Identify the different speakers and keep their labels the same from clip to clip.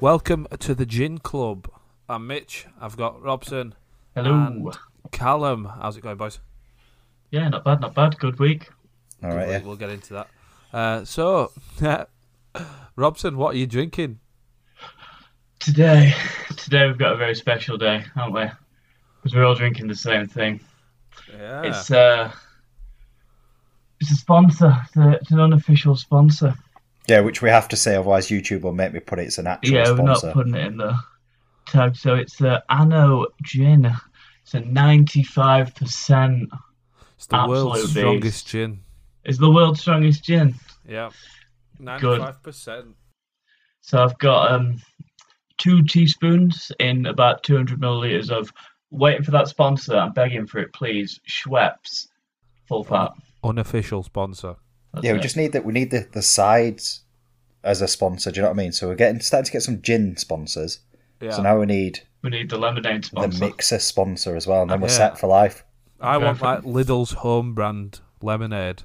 Speaker 1: Welcome to the Gin Club. I'm Mitch. I've got Robson,
Speaker 2: Hello.
Speaker 1: And- Callum. How's it going, boys?
Speaker 2: Yeah, not bad, not bad. Good week.
Speaker 3: All right,
Speaker 1: We'll-
Speaker 3: yeah.
Speaker 1: We'll get into that. Uh, so, Robson, what are you drinking?
Speaker 2: Today, today we've got a very special day, haven't we? Because we're all drinking the same thing.
Speaker 1: Yeah.
Speaker 2: It's uh, it's a sponsor. It's, a, it's an unofficial sponsor.
Speaker 3: Yeah, which we have to say, otherwise YouTube will make me put it as an actual
Speaker 2: yeah, we're not
Speaker 3: sponsor.
Speaker 2: putting it in the tag. So it's uh, Anno Gin. It's a ninety-five percent.
Speaker 1: It's the world's
Speaker 2: absolute
Speaker 1: strongest
Speaker 2: beast.
Speaker 1: gin.
Speaker 2: It's the world's strongest gin.
Speaker 1: Yeah.
Speaker 2: Good.
Speaker 1: 95%.
Speaker 2: So I've got um, two teaspoons in about 200 milliliters of waiting for that sponsor. I'm begging for it, please. Schweppes, full fat.
Speaker 1: Unofficial sponsor.
Speaker 2: That's
Speaker 3: yeah, we
Speaker 2: it.
Speaker 3: just need that. We need the, the sides as a sponsor. Do you know what I mean? So we're getting starting to get some gin sponsors.
Speaker 1: Yeah.
Speaker 3: So now we need
Speaker 2: we need the lemonade
Speaker 3: the
Speaker 2: sponsor.
Speaker 3: mixer sponsor as well, and then we're
Speaker 1: Yeah.
Speaker 3: set for life.
Speaker 1: I want like Lidl's home brand lemonade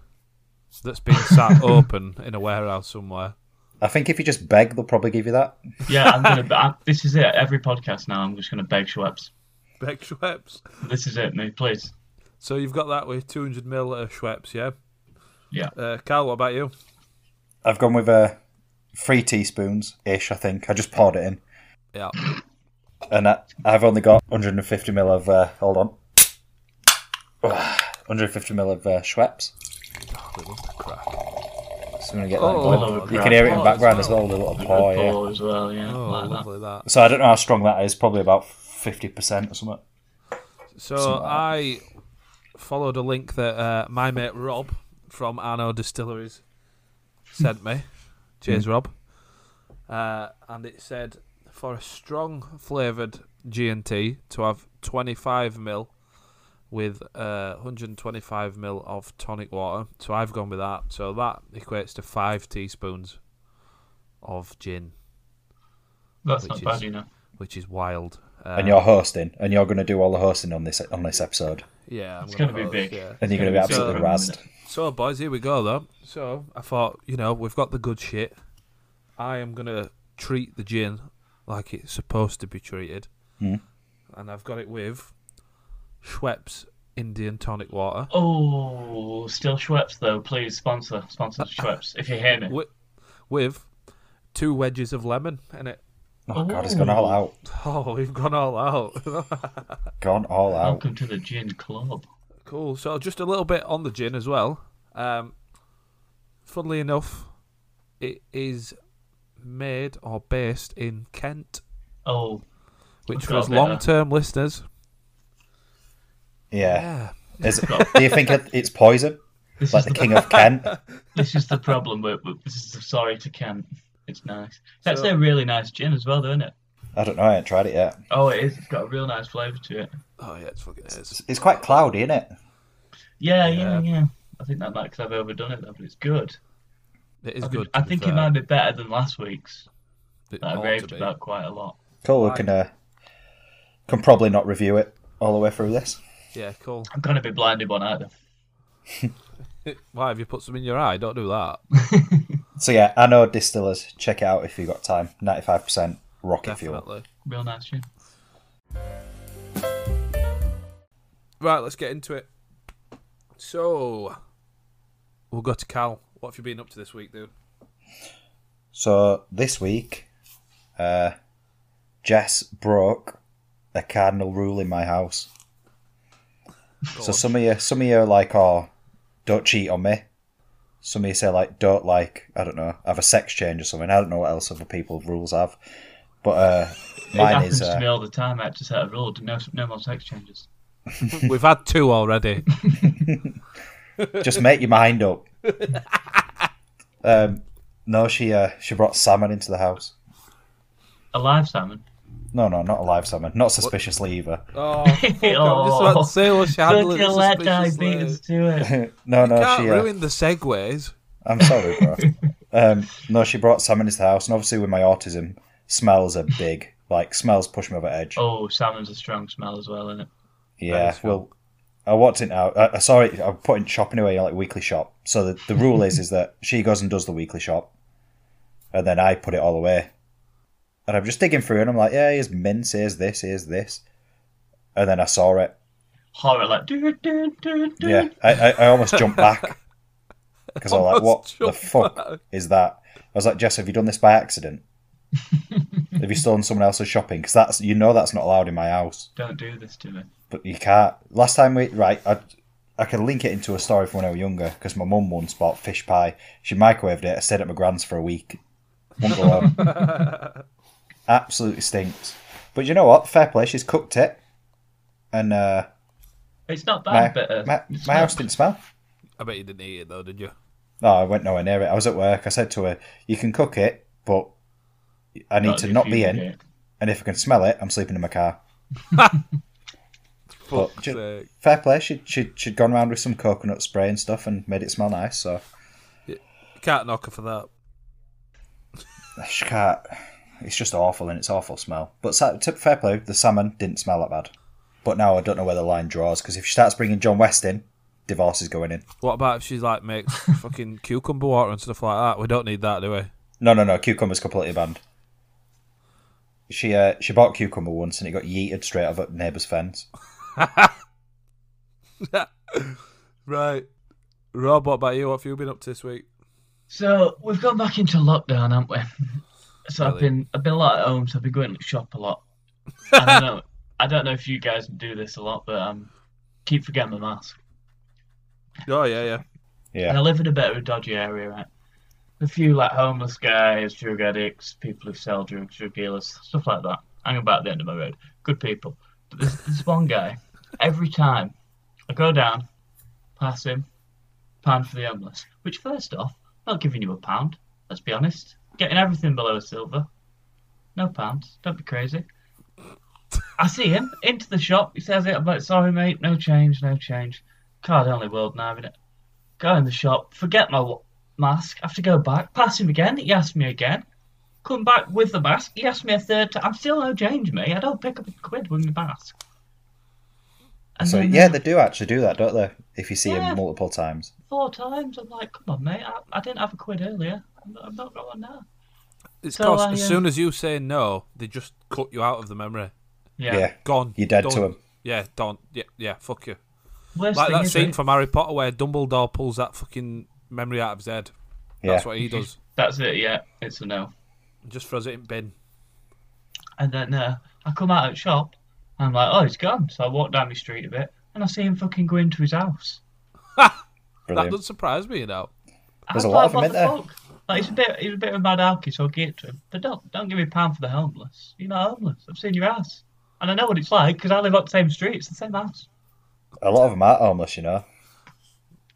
Speaker 1: that's been sat open in a warehouse somewhere.
Speaker 3: I think if you just beg, they'll probably give you that.
Speaker 2: yeah, I'm gonna. I, this is it. Every podcast now, I'm just gonna beg Schweppes.
Speaker 1: Beck Schweppes.
Speaker 2: This is it, mate. Please.
Speaker 1: So you've got that with 200 ml of Schweppes, yeah?
Speaker 2: Yeah.
Speaker 1: Uh, Carl, what about you?
Speaker 3: I've gone with uh, three teaspoons ish. I think I just poured it in,
Speaker 1: Yeah.
Speaker 3: and I, I've only got 150 ml of. Uh, hold on. 150 ml of uh, Schweppes.
Speaker 1: We love the crack.
Speaker 3: So I'm gonna get that.
Speaker 1: Oh,
Speaker 3: going.
Speaker 2: lovely
Speaker 3: you
Speaker 2: crack.
Speaker 3: can hear it in
Speaker 1: Oh,
Speaker 3: the
Speaker 1: as
Speaker 3: background as
Speaker 1: well.
Speaker 3: well. The little
Speaker 2: Red
Speaker 3: pour, Oh, yeah.
Speaker 2: Bull as well. Yeah,
Speaker 1: Oh,
Speaker 2: like that.
Speaker 1: lovely that.
Speaker 3: So I don't know how strong that is. Probably about fifty percent or something.
Speaker 1: So
Speaker 3: Something like that.
Speaker 1: I followed a link that uh, my mate Rob from Arno Distilleries sent me. Cheers,
Speaker 3: Hmm.
Speaker 1: Rob. Uh, and it said for a strong flavored G and T to have 25 mil with uh, 125 mil of tonic water. So I've gone with that. So that equates to five teaspoons of gin,
Speaker 2: That's
Speaker 1: Which
Speaker 2: not
Speaker 1: is-
Speaker 2: bad, you know.
Speaker 1: which is wild. Uh,
Speaker 3: and you're hosting, and you're going to do all the hosting on this on this episode,
Speaker 1: yeah, I'm
Speaker 2: It's
Speaker 1: gonna
Speaker 2: gonna be
Speaker 1: host,
Speaker 2: big.
Speaker 1: yeah.
Speaker 3: and you're going to be
Speaker 1: So-
Speaker 3: absolutely razzed.
Speaker 1: So, boys, here we go, though. So, I thought, you know, we've got the good shit. I am going to treat the gin like it's supposed to be treated.
Speaker 3: Mm.
Speaker 1: And I've got it with Schweppes Indian tonic water.
Speaker 2: Oh, still Schweppes though. Please sponsor, sponsor Schweppes if you're hearing it.
Speaker 1: With, with two wedges of lemon in it.
Speaker 3: Oh god, it's gone all out,
Speaker 1: Oh, we've gone all out.
Speaker 3: gone all out.
Speaker 2: Welcome to the gin club.
Speaker 1: cool. So, just a little bit on the gin as well. Um, funnily enough, it is made or based in Kent.
Speaker 2: Oh,
Speaker 1: which
Speaker 2: I've
Speaker 1: for
Speaker 2: got
Speaker 1: us
Speaker 2: a bit of-
Speaker 1: long-term listeners,
Speaker 3: Yeah,
Speaker 1: yeah,
Speaker 3: Is it, do you think it, it's poison?
Speaker 2: this
Speaker 3: Like
Speaker 2: is
Speaker 3: the King of Kent?
Speaker 2: this is the problem with, with this is the sorry to Kent. It's nice. That's
Speaker 1: So-
Speaker 2: a really nice gin as well, though, isn't it?
Speaker 3: I don't know. I haven't tried it yet.
Speaker 2: Oh, it is. It's got a real nice flavour to it.
Speaker 1: oh yeah, it's fucking it
Speaker 3: It's,
Speaker 1: is.
Speaker 3: it's quite cloudy, isn't it?
Speaker 2: Yeah,
Speaker 1: Yeah.
Speaker 2: yeah, yeah. I think that might 'cause I've overdone it though, but it's good.
Speaker 1: It is
Speaker 2: I,
Speaker 1: good.
Speaker 2: think- I think it might be better than last week's.
Speaker 1: It
Speaker 2: That I
Speaker 1: ought
Speaker 2: raved
Speaker 1: to be.
Speaker 2: about quite a lot.
Speaker 3: Cool. We can uh, can probably not review it all the way through this.
Speaker 1: Yeah, cool.
Speaker 2: I'm gonna be blinded one either.
Speaker 1: Why have you put some in your eye? Don't do that.
Speaker 3: So yeah, I know distillers. Check it out if you've got time. Ninety-five percent rocket fuel.
Speaker 1: Definitely.
Speaker 2: Real nice gin.
Speaker 1: Right, let's get into it. So, we'll go to Cal. What have you been up to this week, dude?
Speaker 3: So this week, uh, Jess broke a cardinal rule in my house.
Speaker 1: Go
Speaker 3: So
Speaker 1: on.
Speaker 3: some of you, some of you are like, oh, don't cheat on me. Some of you say like, don't like, I don't know, have a sex change or something. I don't know what else other people rules have, but uh,
Speaker 2: It
Speaker 3: mine
Speaker 2: happens
Speaker 3: is
Speaker 2: to me
Speaker 3: uh,
Speaker 2: all the time. I just set a rule: no, no more sex changes.
Speaker 1: We've had two already.
Speaker 3: just make your mind up. um, no, she uh, she brought salmon into the house.
Speaker 2: A live salmon.
Speaker 3: No, no, not a live salmon. Not suspiciously either.
Speaker 1: Oh, fuck, I'm just about to say what she
Speaker 2: Oh. Don't
Speaker 1: handled
Speaker 2: you
Speaker 1: it
Speaker 2: let
Speaker 1: suspiciously.
Speaker 2: diabetes do it.
Speaker 3: No, no,
Speaker 1: Can't
Speaker 3: she. Uh,
Speaker 1: ruin the segues.
Speaker 3: I'm sorry, bro. um, no, she brought salmon into the house, and obviously with my autism, smells are big. Like smells push me over the edge.
Speaker 2: Oh, salmon's a strong smell as well, isn't it?
Speaker 3: Yeah,
Speaker 1: is
Speaker 3: well, I walked in out. I, I saw it. I put in shopping away like weekly shop. So the, the rule is is that she goes and does the weekly shop, and then I put it all away. And I'm just digging through and I'm like, yeah, here's mince, here's this, here's this. And then I saw it.
Speaker 2: Horror, like, doo, doo, doo, doo.
Speaker 3: Yeah, I, I, I almost jumped back. Because I'm like, what
Speaker 1: Almost
Speaker 3: the
Speaker 1: jumped
Speaker 3: fuck is that? I was like, Jess, have you done this by accident? have you stolen someone else's shopping? Because that's you know that's not allowed in my house.
Speaker 2: Don't do this to me.
Speaker 3: But you can't. Last time we right, I I can link it into a story from when I was younger because my mum once bought fish pie. She microwaved it. I stayed at my grand's for a week. Won't go home. Absolutely stinks. But you know what? Fair play. She's cooked it, and uh,
Speaker 2: It's not uh,
Speaker 3: my,
Speaker 2: that bitter.
Speaker 3: my,
Speaker 2: It's
Speaker 3: my
Speaker 2: not-
Speaker 3: house didn't smell.
Speaker 1: I bet you didn't eat it though, did you?
Speaker 3: No, I went nowhere near it. I was at work. I said to her, "You can cook it, but I need
Speaker 2: not
Speaker 3: to
Speaker 2: if
Speaker 3: not
Speaker 2: you
Speaker 3: be in.
Speaker 2: did.
Speaker 3: And if I can smell it, I'm sleeping in my car." But
Speaker 1: Fuck's
Speaker 3: ju-
Speaker 1: sake.
Speaker 3: fair play. She she she'd gone round with some coconut spray and stuff and made it smell nice. So
Speaker 1: Can't knock her for that.
Speaker 3: she can't. It's just awful and it's awful smell. But sa- to fair play, the salmon didn't smell that bad. But now I don't know where the line draws because if she starts bringing John West in, divorce is going in.
Speaker 1: What about if she's like makes fucking cucumber water and stuff like that? We don't need that, do we?
Speaker 3: No, no, no. Cucumber's completely banned. She uh, she bought cucumber once and it got yeeted straight over at neighbour's fence.
Speaker 1: Right. Rob, what about you? What have you been up to this week?
Speaker 2: So we've gone back into lockdown, haven't we? So I've
Speaker 1: Brilliant.
Speaker 2: been I've been a lot at home, so I've been going to the shop a lot. I don't know. I don't know if you guys do this a lot, but um, keep forgetting my mask.
Speaker 1: Oh yeah, yeah.
Speaker 2: And I
Speaker 3: Yeah,
Speaker 2: live in a bit of a dodgy area, right? A few like homeless guys, drug addicts, people who sell drugs, drug dealers, stuff like that. Hang about at the end of my road. Good people. But there's this one guy. Every time I go down, pass him, pound for the homeless. Which first off, not giving you a pound. Let's be honest. Getting everything below a silver. No pounds. Don't be crazy. I see him into the shop. He says it. I'm like, sorry, mate. No change. No change. Card only world now, innit? go in the shop, forget my wa- mask, have to go back, pass him again, he asks me again, come back with the mask, he asks me a third time, I'm still no change, mate, I don't pick up a quid with my mask. And
Speaker 3: so
Speaker 2: then,
Speaker 3: yeah,
Speaker 2: uh,
Speaker 3: they do actually do that, don't they? If you see
Speaker 2: Yeah.
Speaker 3: him multiple times,
Speaker 2: four times, I'm like, come on, mate, I, I didn't have a quid earlier, I'm, I'm not got one now.
Speaker 1: It's
Speaker 2: So,
Speaker 1: 'cause
Speaker 2: uh,
Speaker 1: as
Speaker 2: yeah.
Speaker 1: soon as you say no, they just cut you out of the memory.
Speaker 3: yeah,
Speaker 1: Gone.
Speaker 3: you're dead to
Speaker 1: Done.
Speaker 3: him.
Speaker 1: Yeah, don't. Yeah, yeah. Fuck you.
Speaker 2: Worst
Speaker 1: Like
Speaker 2: thing
Speaker 1: that
Speaker 2: is
Speaker 1: scene
Speaker 2: it-
Speaker 1: from Harry Potter where Dumbledore pulls that fucking memory out of his head.
Speaker 3: Yeah,
Speaker 1: That's what he does.
Speaker 2: That's it, yeah, it's a no.
Speaker 1: Just throws it in bin.
Speaker 2: And then uh, I come out of the shop, and I'm like, oh, he's gone. So I walk down the street a bit, and I see him fucking go into his house.
Speaker 1: That
Speaker 3: brilliant.
Speaker 1: doesn't surprise me, you know.
Speaker 3: There's
Speaker 2: I
Speaker 3: a lot of
Speaker 2: thought,
Speaker 3: them,
Speaker 2: what
Speaker 3: ain't
Speaker 2: the fuck? Like he's a bit, he's a bit of a mad alky, so I'll give it to him. But don't, don't give me a pound for the homeless. You're not homeless. I've seen your house, and I know what it's like because I live on the same street. It's the same house.
Speaker 3: A lot of them are homeless, you know.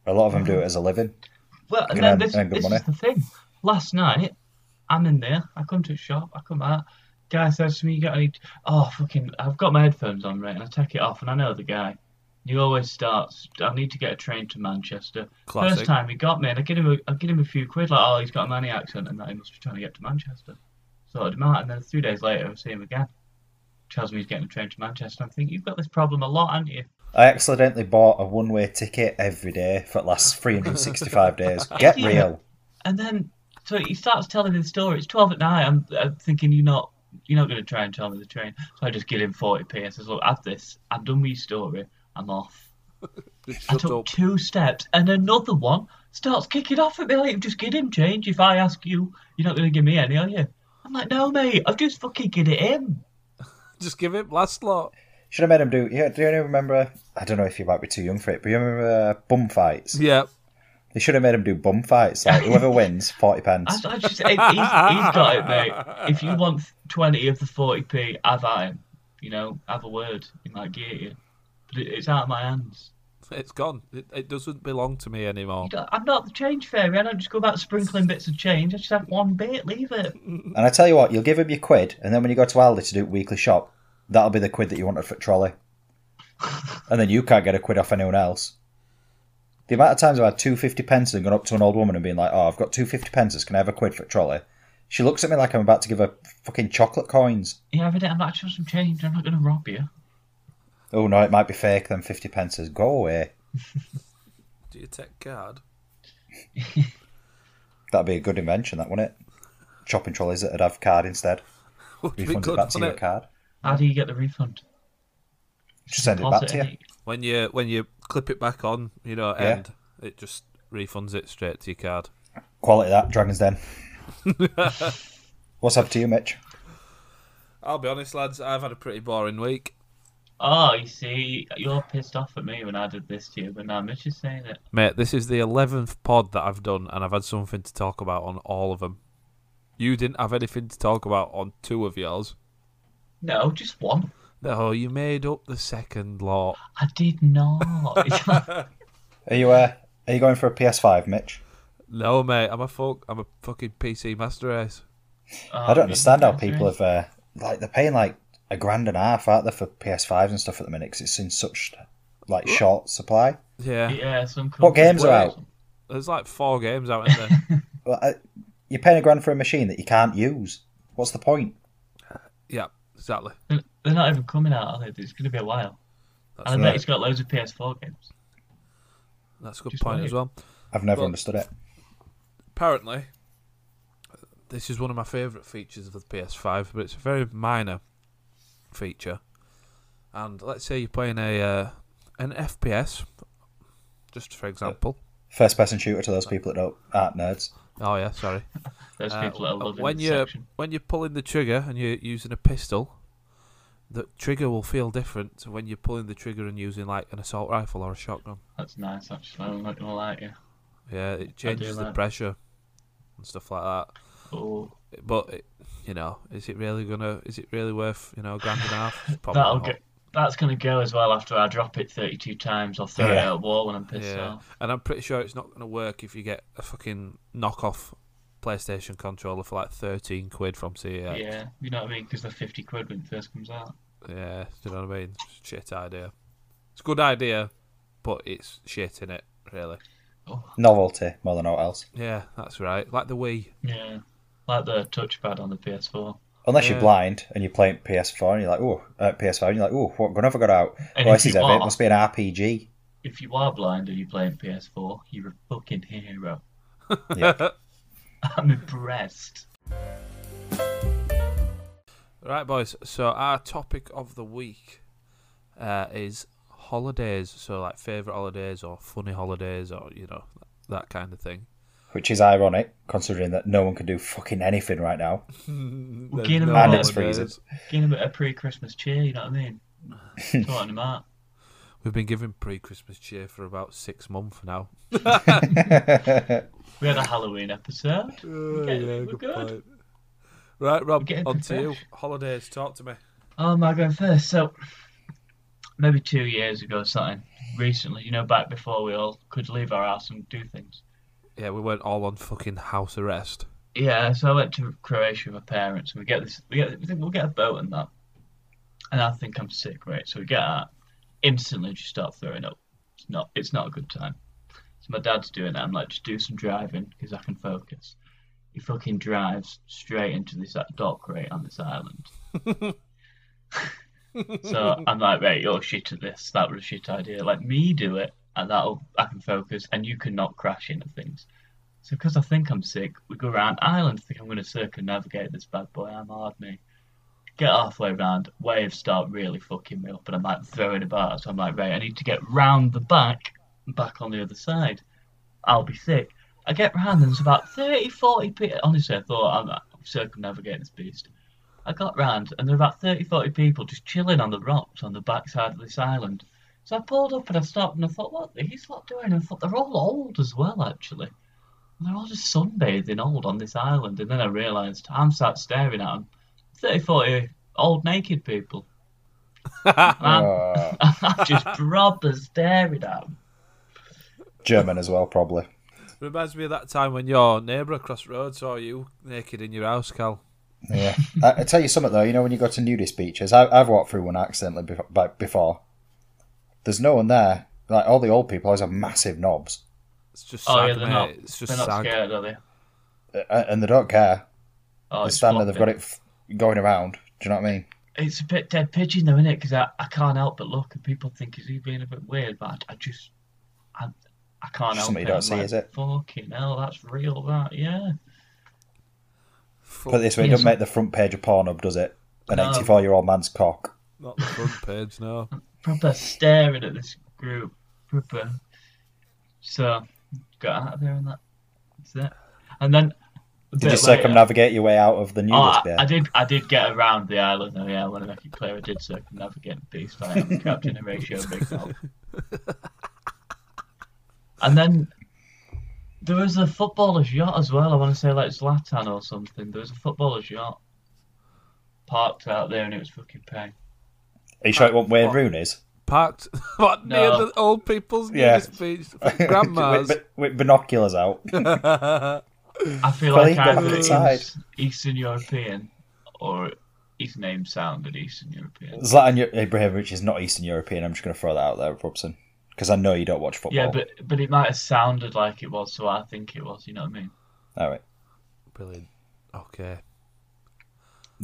Speaker 3: A lot of them do it as a living.
Speaker 2: Well, and
Speaker 3: can
Speaker 2: then
Speaker 3: earn-
Speaker 2: this,
Speaker 3: earn good
Speaker 2: this
Speaker 3: money.
Speaker 2: is the thing. Last night, I'm in there. I come to the shop. I come out. Guy says to me, "You got any?" Oh, fucking! I've got my headphones on, right? And I take it off, and I know the guy. He always starts. I need to get a train to Manchester.
Speaker 1: Classic.
Speaker 2: First time he got me, and I give him, a, I give him a few quid. Like, oh, he's got a Manny accent, and that he must be trying to get to Manchester. Sorted him out, and then three days later, I see him again. Tells me he's getting a train to Manchester. I'm thinking, you've got this problem a lot, haven't you?
Speaker 3: I accidentally bought a one way ticket every day for the last 365 days. Get
Speaker 2: Yeah.
Speaker 3: real.
Speaker 2: And then, so he starts telling the story. It's twelve at night. I'm, I'm thinking you're not, you're not going to try and tell me the train. So I just give him forty p. I says, look, have this. I'm done with your story. I'm off.
Speaker 1: Just
Speaker 2: I
Speaker 1: shut
Speaker 2: took
Speaker 1: up.
Speaker 2: two steps, and another one starts kicking off at me like, just give him change. If I ask you, you're not going to give me any, are you? I'm like, no, mate. I've just fucking given it him.
Speaker 1: Just give it last lot.
Speaker 3: Should have made him do. Yeah, do you remember? I don't know if you might be too young for it, but you remember uh, bum fights?
Speaker 1: Yeah.
Speaker 3: They should have made him do bum fights. Like whoever wins, 40
Speaker 2: I,
Speaker 3: pence.
Speaker 2: I just, it, he's, he's got it, mate. If you want twenty of the forty p, have at him. You know, have a word. He might get you, but it, it's out of my hands.
Speaker 1: It's gone. It, it doesn't belong to me anymore.
Speaker 2: I'm not the change fairy. I don't just go about sprinkling bits of change. I just have one bit. Leave it.
Speaker 3: And I tell you what, you'll give him your quid, and then when you go to Aldi to do weekly shop, that'll be the quid that you wanted for trolley. and then you can't get a quid off anyone else. The amount of times I've had two fifty pence and gone up to an old woman and been like, "Oh, I've got two fifty pences. Can I have a quid for trolley?" She looks at me like I'm about to give her fucking chocolate coins.
Speaker 2: Yeah, I've had it. I'm not sure some change. I'm not going to rob you.
Speaker 3: Oh no, it might be fake. Them fifty pences, go away.
Speaker 1: Do you take card?
Speaker 3: That'd be a good invention, that wouldn't it? Shopping trolleys that'd have card instead.
Speaker 1: would be
Speaker 3: Refund
Speaker 1: good,
Speaker 3: it back to
Speaker 1: wouldn't
Speaker 3: your
Speaker 1: it?
Speaker 3: card.
Speaker 2: How do you get the refund?
Speaker 3: Just send it
Speaker 2: Deposit
Speaker 3: back to you.
Speaker 2: any-
Speaker 1: When you when you clip it back on, you know,
Speaker 3: Yeah.
Speaker 1: end, it just refunds it straight to your card.
Speaker 3: Quality that, Dragon's Den. What's up to you, Mitch?
Speaker 1: I'll be honest, lads, I've had a pretty boring week.
Speaker 2: Oh, you see, you're pissed off at me when I did this to you, but now Mitch is saying it.
Speaker 1: Mate, this is the 11th pod that I've done, and I've had something to talk about on all of them. You didn't have anything to talk about on two of yours.
Speaker 2: No, just one.
Speaker 1: No, you made up the second lot.
Speaker 2: I did not. Oh,
Speaker 3: Are you uh, are you going for a PS5, Mitch?
Speaker 1: No, mate, I'm a fuck. I'm a fucking PC master ace.
Speaker 3: I don't understand how people have uh, like they're paying like a grand and a half, aren't they, for PS5s and stuff at the minute? 'cause it's in such like short supply.
Speaker 1: Yeah,
Speaker 2: Yeah, some
Speaker 3: What games are
Speaker 2: companies-
Speaker 3: out?
Speaker 1: there's like four games out in there.
Speaker 3: Well, I, you're paying a grand for a machine that you can't use. What's the point?
Speaker 1: yeah, exactly.
Speaker 2: They're they're not even coming out, are they? It's going to be a while.
Speaker 1: That's
Speaker 2: and I
Speaker 3: right.
Speaker 2: bet it's got loads of PS4 games.
Speaker 1: That's a good
Speaker 2: Just
Speaker 1: point
Speaker 2: wait.
Speaker 1: as well.
Speaker 3: I've never
Speaker 1: Well-
Speaker 3: understood it.
Speaker 1: Apparently, this is one of my favourite features of the PS5, but it's a very minor feature. And let's say you're playing a uh, an FPS, just for example.
Speaker 3: First person shooter to those people that don't aren't nerds.
Speaker 1: Oh yeah, sorry.
Speaker 2: Those
Speaker 1: Uh,
Speaker 2: people that are loving
Speaker 1: when
Speaker 2: this
Speaker 1: you're
Speaker 2: section.
Speaker 1: when you're pulling the trigger and you're using a pistol, the trigger will feel different to when you're pulling the trigger and using like an assault rifle or a shotgun.
Speaker 2: That's nice, actually. I'm not going to lie to you.
Speaker 1: Yeah, it changes the
Speaker 2: that.
Speaker 1: pressure and stuff like that.
Speaker 2: Oh,
Speaker 1: But it, you know, is it really gonna? Is it really worth you know a grand and a half? It's Probably
Speaker 2: that'll
Speaker 1: not.
Speaker 2: go, that's going to go as well after I drop it 32 times or throw it
Speaker 3: Yeah.
Speaker 2: at a wall when I'm pissed
Speaker 1: Yeah,
Speaker 2: off.
Speaker 1: and I'm pretty sure it's not going to work if you get a fucking knockoff PlayStation controller for like thirteen quid from CEX.
Speaker 2: Yeah, you know what I mean? Because they're 50 quid when it first comes out.
Speaker 1: Yeah, do you know what I mean? Shit idea. It's a good idea, but it's shit in it, really.
Speaker 3: Novelty more than all else.
Speaker 1: Yeah, that's right. Like the Wii.
Speaker 2: Yeah. Like the touchpad on the PS4.
Speaker 3: Unless
Speaker 1: Yeah.
Speaker 3: you're blind and you're playing PS4 and you're like, oh, uh, PS5, and you're like, oh, what gun have I got out?
Speaker 2: And
Speaker 3: oh,
Speaker 2: if
Speaker 3: this is
Speaker 2: you
Speaker 3: heavy.
Speaker 2: are-
Speaker 3: It must be an RPG.
Speaker 2: If you are blind and you're playing PS4, you're a fucking hero. I'm impressed.
Speaker 1: Right, boys. So our topic of the week uh, is holidays. So like favorite holidays or funny holidays or you know that kind of thing.
Speaker 3: Which is ironic, considering that no one can do fucking anything right now.
Speaker 1: There's
Speaker 2: Get 'em
Speaker 1: no
Speaker 2: out. And it's
Speaker 1: holidays.
Speaker 3: freezing.
Speaker 2: Give them a bit of pre-Christmas cheer, you know what I mean? Sorting them out.
Speaker 1: We've been giving pre-Christmas cheer for about six months now.
Speaker 2: We had a Halloween episode. yeah, we're good.
Speaker 1: Right, Rob.
Speaker 2: getting
Speaker 1: On to you.
Speaker 2: fresh.
Speaker 1: Holidays. Talk to me.
Speaker 2: Oh, am I going first? So, maybe two years ago or something, recently, you know, back before we all could leave our house and do things.
Speaker 1: Yeah, we weren't all on fucking house arrest.
Speaker 2: Yeah, so I went to Croatia with my parents, and we get this, we get, we think we'll get a boat and that. And I think I'm sick, right? So we get out, instantly just start throwing up. It's not, it's not a good time. So my dad's doing it. I'm like, just do some driving because I can focus. He fucking drives straight into this uh, dock right on this island. so I'm like, right, you're shit at this. That was a shit idea. Let me do it, and that'll I can focus, and you can not crash into things. So because I think I'm sick, we go around island. Think I'm going to circumnavigate this bad boy. I'm hard me. Get halfway round, waves start really fucking me up, and I'm like throwing about. So I'm like, right, I need to get round the back, and back on the other side. I'll be sick. I get round, and there's about 30, 40 people. Honestly, I thought I'm, I'm circumnavigating this beast. I got round, and there were about 30, 40 people just chilling on the rocks on the backside of this island. So I pulled up and I stopped and I thought, what are these lot doing? And I thought, they're all old as well, actually. And they're all just sunbathing old on this island. And then I realised I'm sat staring at them. 30, 40 old naked people. And I'm,
Speaker 3: Uh,
Speaker 2: I'm just proper staring at them.
Speaker 3: German as well, probably.
Speaker 1: Reminds me of that time when your neighbour across the road saw you naked in your house, Cal.
Speaker 3: Yeah. I, I tell you something though. You know when you go to nudist beaches, I, I've walked through one accidentally bef- by- before. There's no one there. Like all the old people always have massive knobs,
Speaker 1: It's just
Speaker 2: Oh,
Speaker 1: sad,
Speaker 2: yeah, they're
Speaker 1: mate.
Speaker 2: not,
Speaker 1: it's just
Speaker 2: they're not
Speaker 1: sad.
Speaker 2: scared, are they?
Speaker 3: uh, and they don't care.
Speaker 2: Oh,
Speaker 3: They
Speaker 2: it's
Speaker 3: stand there, they've
Speaker 2: flopping.
Speaker 3: got it f- going around. Do you know what I mean?
Speaker 2: it's a bit dead pigeon though, is it? Because I, I can't help but look, and people think is he being a bit weird, but I, I just I, I can't
Speaker 3: Just
Speaker 2: help
Speaker 3: something
Speaker 2: it.
Speaker 3: you don't
Speaker 2: I'm
Speaker 3: see,
Speaker 2: like,
Speaker 3: is it?
Speaker 2: Fucking hell, that's real. That yeah.
Speaker 1: Fuck,
Speaker 3: Put it this way, it
Speaker 2: Yes.
Speaker 3: doesn't make the front page of Pornhub, does it? An
Speaker 2: No.
Speaker 3: 84 year old man's cock.
Speaker 1: Not the front page, no.
Speaker 2: proper staring at this group, proper. So got out of there and that. That's it. And then a
Speaker 3: Did
Speaker 2: bit
Speaker 3: you
Speaker 2: later-
Speaker 3: circumnavigate your way out of the
Speaker 2: Oh, I,
Speaker 3: nudist bit?
Speaker 2: I did. I did get around the island though. Yeah, I want to make it clear. I did circumnavigate the peace by having Captain Horatio Big Top. And then there was a footballer's yacht as well. I want to say like Zlatan or something. There was a footballer's yacht parked out there, and it was fucking paying.
Speaker 3: Are you sure it wasn't Wayne
Speaker 1: What?
Speaker 3: Rooney's?
Speaker 1: Parked what near
Speaker 2: No.
Speaker 1: the old people's
Speaker 3: Yeah.
Speaker 1: nudist beach, grandma's.
Speaker 3: with, with binoculars out.
Speaker 2: I feel
Speaker 3: Well,
Speaker 2: like
Speaker 3: he got
Speaker 2: either
Speaker 3: the
Speaker 2: he's
Speaker 3: side.
Speaker 2: Eastern European or his name sounded Eastern European.
Speaker 3: Zlatan Ibrahimovic is not Eastern European. I'm just going to throw that out there, Robson, because I know you don't watch football.
Speaker 2: Yeah, but but it might have sounded like it was, so I think it was. You know what I mean?
Speaker 3: All right.
Speaker 1: Brilliant. Okay.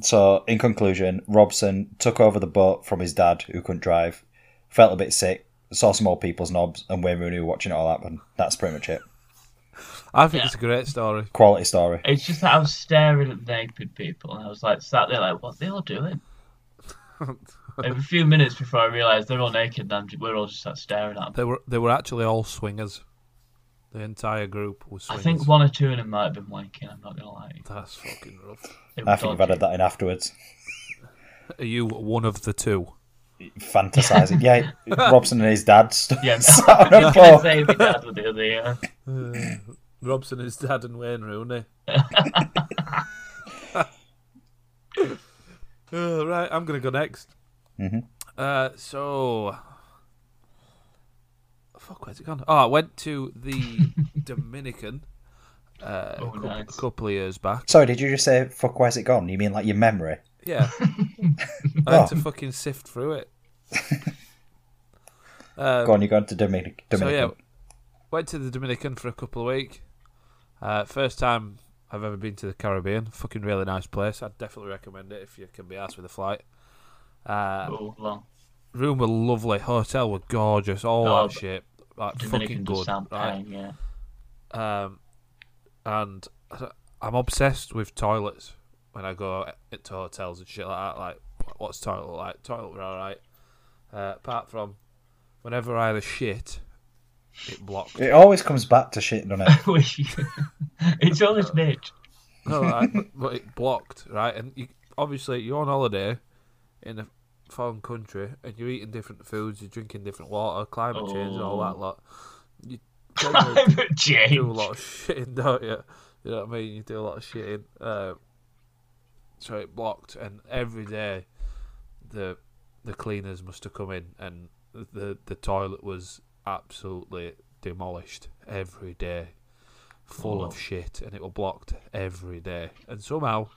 Speaker 3: So, in conclusion, Robson took over the boat from his dad, who couldn't drive, felt a bit sick, saw some old people's knobs, and Wayne Rooney were watching it all happen. That's pretty much it.
Speaker 1: I think it's a great story.
Speaker 3: Quality story.
Speaker 2: It's just that I was staring at naked people, and I was like sat there like, what they all doing? Every few minutes before I realised they're all naked, and I'm, ju- we're all just sat staring at them.
Speaker 1: They were they were actually all swingers. The entire group was
Speaker 2: I
Speaker 1: swingers.
Speaker 2: think one or two of them might have been wanking. I'm not gonna lie. to you.
Speaker 1: That's fucking rough.
Speaker 2: They were
Speaker 3: I think you've
Speaker 2: dodgy.
Speaker 3: added that in afterwards.
Speaker 1: Are you one of the two?
Speaker 3: Fantasizing. yeah, Robson and his dad stood
Speaker 2: Yeah.
Speaker 3: sat on
Speaker 2: I
Speaker 3: a
Speaker 2: was gonna
Speaker 3: boat.
Speaker 2: say my dad with the uh, other ear.
Speaker 1: Robson, his dad, and Wayne Rooney. Uh, right, I'm gonna go next.
Speaker 3: Mhm.
Speaker 1: Uh, so, fuck, where's it gone? Oh, I went to the Dominican uh, a,
Speaker 2: Oh,
Speaker 1: couple,
Speaker 2: nice.
Speaker 1: a couple of years back.
Speaker 3: Sorry, did you just say, fuck, where's it gone? You mean like your memory?
Speaker 1: Yeah, I had
Speaker 3: Oh.
Speaker 1: to fucking sift through it. Um,
Speaker 3: Go on, you're going to Dominic- Dominican.
Speaker 1: So yeah, went to the Dominican for a couple of weeks. Uh, first time I've ever been to the Caribbean. Fucking really nice place. I'd definitely recommend it if you can be asked with a flight. Uh,
Speaker 2: Oh, well,
Speaker 1: room were lovely. Hotel were gorgeous. All
Speaker 2: Oh,
Speaker 1: that
Speaker 2: but
Speaker 1: shit. Like, fucking
Speaker 2: Dominican just
Speaker 1: good.
Speaker 2: sound
Speaker 1: right?
Speaker 2: paying, yeah.
Speaker 1: Um, and I'm obsessed with toilets when I go to hotels and shit like that. Like, what's toilet look like? Toilet were alright. Uh, apart from whenever I had a shit, it blocked.
Speaker 3: It always comes back to shit, doesn't it?
Speaker 2: it's all this bitch.
Speaker 1: No, like, but, but it blocked, right? And you, obviously, you're on holiday in a foreign country, and you're eating different foods, you're drinking different water, climate change, and all that lot. You generally
Speaker 2: Private
Speaker 1: do a
Speaker 2: James.
Speaker 1: lot of shitting, don't you? You know what I mean? You do a lot of shitting. Uh, so it blocked, and every day, the the cleaners must have come in, and the the toilet was absolutely demolished every day, full
Speaker 2: Oh.
Speaker 1: of shit, and it was blocked every day. And somehow,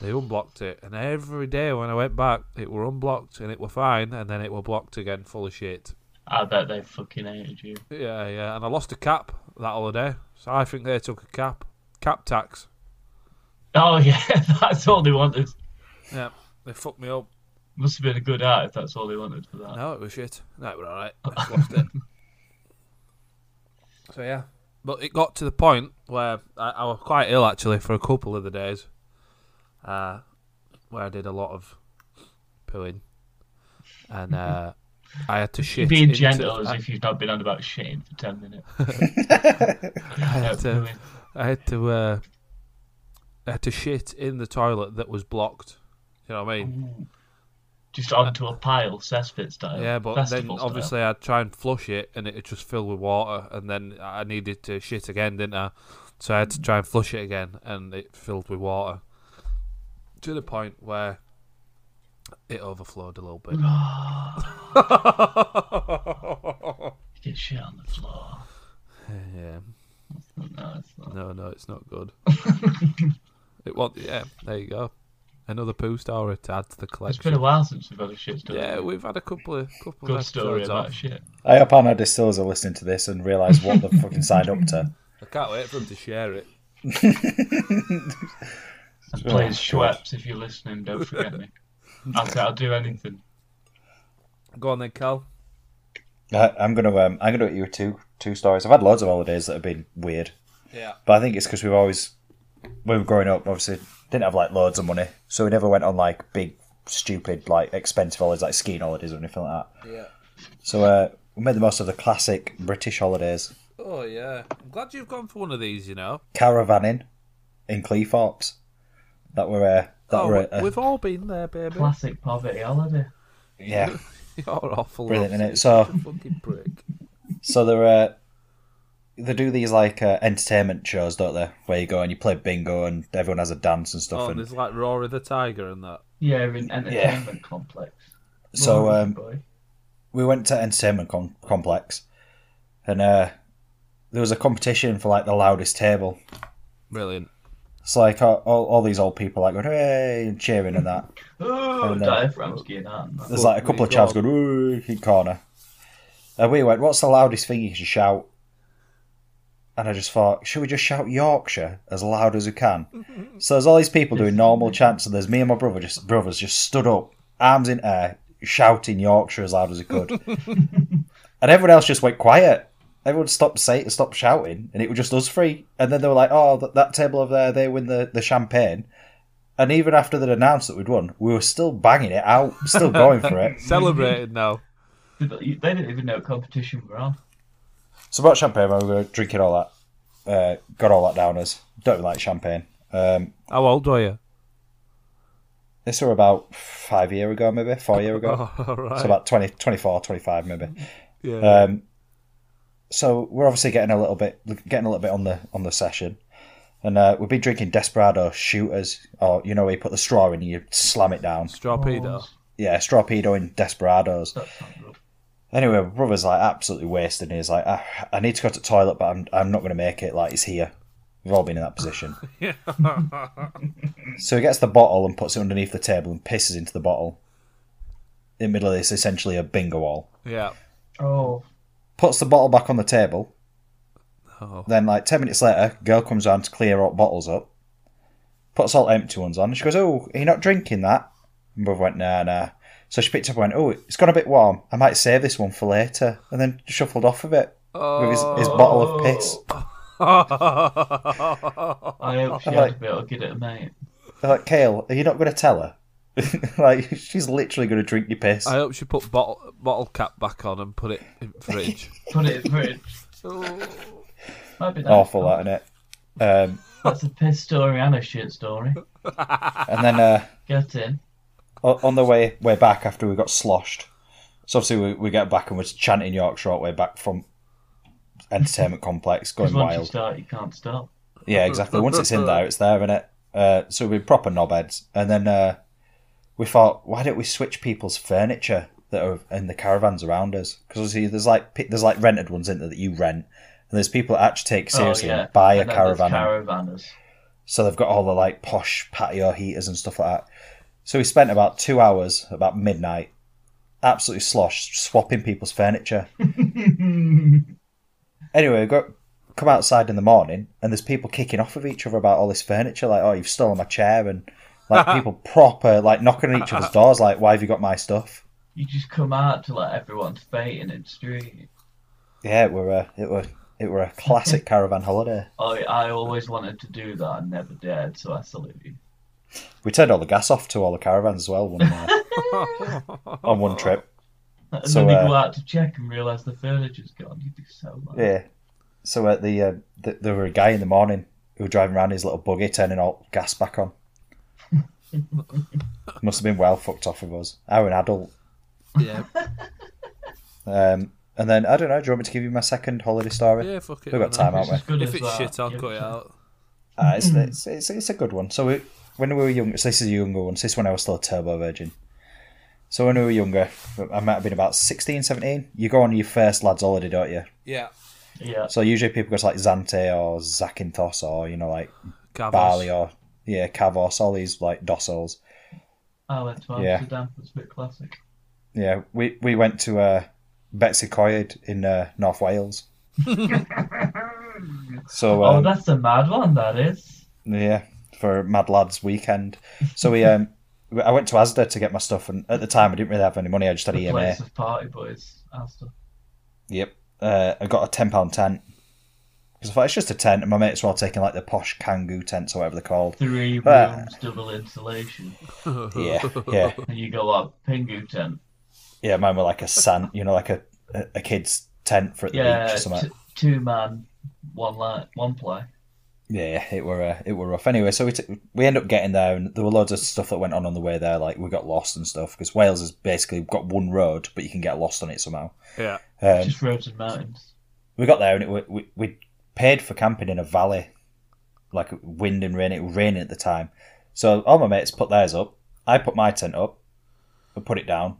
Speaker 1: they unblocked it, and every day when I went back, it were unblocked, and it were fine, and then it were blocked again, full of shit.
Speaker 2: I bet they fucking hated you.
Speaker 1: Yeah, yeah, and I lost a cap that holiday, so I think they took a cap, cap tax.
Speaker 2: Oh yeah, that's all they wanted.
Speaker 1: Yeah, they fucked me up.
Speaker 2: Must have been a good art if that's all they wanted for that.
Speaker 1: No, it was shit. No, it was alright. I just lost it. So yeah, but it got to the point where I, I was quite ill actually for a couple of the days, uh, where I did a lot of pooing, and uh, I had to
Speaker 2: You're
Speaker 1: shit.
Speaker 2: being
Speaker 1: into-
Speaker 2: gentle as
Speaker 1: I-
Speaker 2: if you've not been on about shitting for ten minutes.
Speaker 1: I had
Speaker 2: Yeah, I
Speaker 1: to,
Speaker 2: mean,
Speaker 1: I had to, uh, I had to shit in the toilet that was blocked. You know what I mean?
Speaker 2: ooh. just onto a pile, cesspit style.
Speaker 1: Yeah, but
Speaker 2: festival
Speaker 1: then
Speaker 2: style.
Speaker 1: obviously I'd try and flush it, and it would just fill with water, and then I needed to shit again, didn't I? So I had to try and flush it again, and it filled with water to the point where it overflowed a little bit.
Speaker 2: You get shit on the floor.
Speaker 1: yeah,
Speaker 2: No, it's not.
Speaker 1: no, no, it's not good. it was, yeah. There you go, another poo story to add to the
Speaker 2: It's
Speaker 1: collection.
Speaker 2: been a while since we've had a shit story.
Speaker 1: Yeah, we've had a couple of couple of
Speaker 2: good story
Speaker 1: episodes
Speaker 2: about
Speaker 1: off.
Speaker 2: shit.
Speaker 3: I hope our distillers are listening to this and realise what they've fucking signed up to.
Speaker 1: I can't wait for them to share it.
Speaker 2: And
Speaker 3: Oh,
Speaker 2: plays
Speaker 3: God.
Speaker 2: Schweppes if you're listening. Don't forget me. I'll, I'll do anything.
Speaker 1: Go on then, Cal.
Speaker 3: I, I'm gonna um, I'm gonna get you two two stories. I've had loads of holidays that have been weird,
Speaker 1: Yeah.
Speaker 3: but I think it's because we've always when we were growing up, obviously didn't have like loads of money, so we never went on like big, stupid, like expensive holidays, like skiing holidays or anything like that.
Speaker 1: Yeah.
Speaker 3: So uh, we made the most of the classic British holidays,
Speaker 1: Oh yeah. I'm glad you've gone for one of these. You know.
Speaker 3: caravanning in Cleethorpes. That were uh, that
Speaker 1: oh,
Speaker 3: were
Speaker 1: we-
Speaker 3: a,
Speaker 1: we've all been there, baby.
Speaker 2: Classic poverty holiday.
Speaker 3: yeah,
Speaker 1: You're awful.
Speaker 3: brilliant in
Speaker 1: Ross.
Speaker 3: it. So
Speaker 1: Fucking prick.
Speaker 3: So there are they do these like uh, entertainment shows, don't they? Where you go and you play bingo and everyone has a dance and stuff.
Speaker 1: Oh,
Speaker 3: and
Speaker 1: there's like Rory the Tiger and that.
Speaker 2: Yeah, in entertainment complex.
Speaker 3: so
Speaker 2: Right,
Speaker 3: um,
Speaker 2: boy.
Speaker 3: we went to entertainment com- complex, and uh, there was a competition for like the loudest table.
Speaker 1: Brilliant.
Speaker 3: It's like all, all, all these old people like going hey and cheering and that.
Speaker 2: Oh,
Speaker 3: and, uh,
Speaker 2: diaphragms getting out. and that.
Speaker 3: There's like a couple of chavs going ooh in corner, and we went, "What's the loudest thing you can shout?" And I just thought, should we just shout Yorkshire as loud as we can? So there's all these people doing normal chants, and there's me and my brother just brothers just stood up, arms in air, shouting Yorkshire as loud as we could, and everyone else just went quiet. Everyone stopped say stopped shouting, and it was just us three. And then they were like, "Oh, that, that table over there, they win the, the champagne." And even after they'd announced that we'd won, we were still banging it out, still going for it.
Speaker 1: Celebrated now.
Speaker 2: They they didn't even know competition were on.
Speaker 3: So about champagne, we were drinking all that, uh, got all that down us. Don't really like champagne. Um,
Speaker 1: How old were you?
Speaker 3: this were about five year ago, maybe four year ago.
Speaker 1: Oh, all right.
Speaker 3: So about 20, 24, 25 maybe.
Speaker 1: yeah.
Speaker 3: Um, so we're obviously getting a little bit, getting a little bit on the on the session, and uh, we've been drinking Desperado shooters, or you know, where you put the straw in and you slam it down.
Speaker 1: Strawpedo.
Speaker 3: Yeah, Strawpedo in Desperados.
Speaker 2: That's not good.
Speaker 3: Anyway, my brother's like absolutely wasted. and He's like, ah, I need to go to the toilet, but I'm, I'm not going to make it. Like, he's here. We've all been in that position. so he gets the bottle and puts it underneath the table and pisses into the bottle. In the middle of this, essentially a bingo wall.
Speaker 1: Yeah.
Speaker 2: Oh,
Speaker 3: Puts the bottle back on the table.
Speaker 1: Oh.
Speaker 3: Then, like 10 minutes later, girl comes round to clear all bottles up. Puts all empty ones on. And she goes, Oh, are you not drinking that? And brother went, Nah, nah. So she picked up and went, Oh, it's got a bit warm. I might save this one for later. And then shuffled off of it with his, his bottle of piss.
Speaker 2: I hope she
Speaker 3: I'm
Speaker 2: had
Speaker 3: like-
Speaker 2: to be able to get it, mate.
Speaker 3: They're like, Kale, are you not going to tell her? like, she's literally going to drink your piss.
Speaker 1: I hope she put bottle bottle cap back on and put it in fridge.
Speaker 2: Put it in fridge.
Speaker 1: Oh.
Speaker 2: Might be nice.
Speaker 3: Awful, that, innit? Um,
Speaker 2: That's a piss story and a shit story.
Speaker 3: and then uh,
Speaker 2: Get in.
Speaker 3: o- on the way way back after we got sloshed, so obviously we, we get back and we're chanting Yorkshire all the way back from entertainment complex, going
Speaker 2: Because once you
Speaker 3: wild.
Speaker 2: start, you can't stop.
Speaker 3: Yeah, exactly. Once it's in there, it's there, innit? Uh, so we're proper knobheads. And then uh, we thought, why don't we switch people's furniture that are in the caravans around us? Because obviously there's like pi- there's like rented ones in there that you rent, and there's people that actually take seriously
Speaker 2: oh, yeah.
Speaker 3: and buy a
Speaker 2: And then there's
Speaker 3: caravan.
Speaker 2: Caravanners.
Speaker 3: so they've got all the like posh patio heaters and stuff like that. So we spent about two hours, about midnight, absolutely sloshed, swapping people's furniture. anyway, we got come outside in the morning and there's people kicking off of each other about all this furniture, like, oh you've stolen my chair and like people proper like knocking on each other's doors, like, why have you got my stuff?
Speaker 2: You just come out to let everyone fainting in the street.
Speaker 3: Yeah, it were a it were it were a classic caravan holiday.
Speaker 2: I, I always wanted to do that and never dared, so I salute you.
Speaker 3: We turned all the gas off to all the caravans as well one night, on
Speaker 1: Oh.
Speaker 3: one trip.
Speaker 2: And
Speaker 3: So,
Speaker 2: then they
Speaker 3: uh,
Speaker 2: go out to check and realise the furniture's gone. You'd be so mad.
Speaker 3: Yeah. So at the, uh, th there were a guy in the morning who was driving around in his little buggy, turning all gas back on. Must have been well fucked off of us. I were an adult.
Speaker 1: yeah.
Speaker 3: Um, and then I don't know. Do you want me to give you my second holiday story?
Speaker 1: Yeah. Fuck it.
Speaker 3: We've got
Speaker 1: why
Speaker 3: time,
Speaker 1: not?
Speaker 3: haven't
Speaker 2: It's
Speaker 3: we?
Speaker 2: as good
Speaker 1: If
Speaker 2: as
Speaker 1: it's
Speaker 2: that.
Speaker 1: shit, I'll
Speaker 2: Yeah,
Speaker 1: cut it
Speaker 2: sure.
Speaker 1: out.
Speaker 3: Uh, it's, it's, it's, it's a good one. So we, when we were younger, so this is a younger one. So this one I was still a turbo virgin. So when we were younger, I might have been about 16, 17. You go on your first lad's holiday, don't you?
Speaker 1: Yeah.
Speaker 2: Yeah.
Speaker 3: So usually people go to like Zante or Zakynthos or you know like
Speaker 1: Gavos.
Speaker 3: Bali or yeah, Cavos, all these like docils.
Speaker 2: I went to
Speaker 3: Yeah.
Speaker 2: Amsterdam. It's a bit classic.
Speaker 3: Yeah, we we went to uh, Betsy Coed in uh, North Wales. so
Speaker 2: oh,
Speaker 3: um,
Speaker 2: that's a mad one, that is.
Speaker 3: yeah, for Mad Lads weekend. So we um, we- I went to Asda to get my stuff, and at the time I didn't really have any money. I just had
Speaker 2: The
Speaker 3: E EMA.
Speaker 2: place of party boys. Asda.
Speaker 3: Yep, uh, I got a ten pound tent. Because I thought it's just a tent, and my mates were all taking like the posh Kangoo tents or whatever they're called.
Speaker 2: Three
Speaker 3: Ah.
Speaker 2: rooms, double insulation.
Speaker 3: Yeah, yeah,
Speaker 2: And you go up, Pingu tent.
Speaker 3: yeah. Mine were like a sand, you know, like a a a kid's tent for at the beach
Speaker 2: Yeah,
Speaker 3: or something.
Speaker 2: t- two man, one light, one play.
Speaker 3: Yeah, it were uh, it were rough. Anyway, so we t- we end up getting there, and there were loads of stuff that went on on the way there. Like we got lost and stuff because Wales has basically got one road, but you can get lost on it somehow.
Speaker 1: Yeah.
Speaker 3: Um,
Speaker 2: Just roads and mountains.
Speaker 3: we got there, and it, wa- we we paid for camping in a valley, like wind and rain. It was raining at the time, so all my mates put theirs up. I put my tent up, and put it down,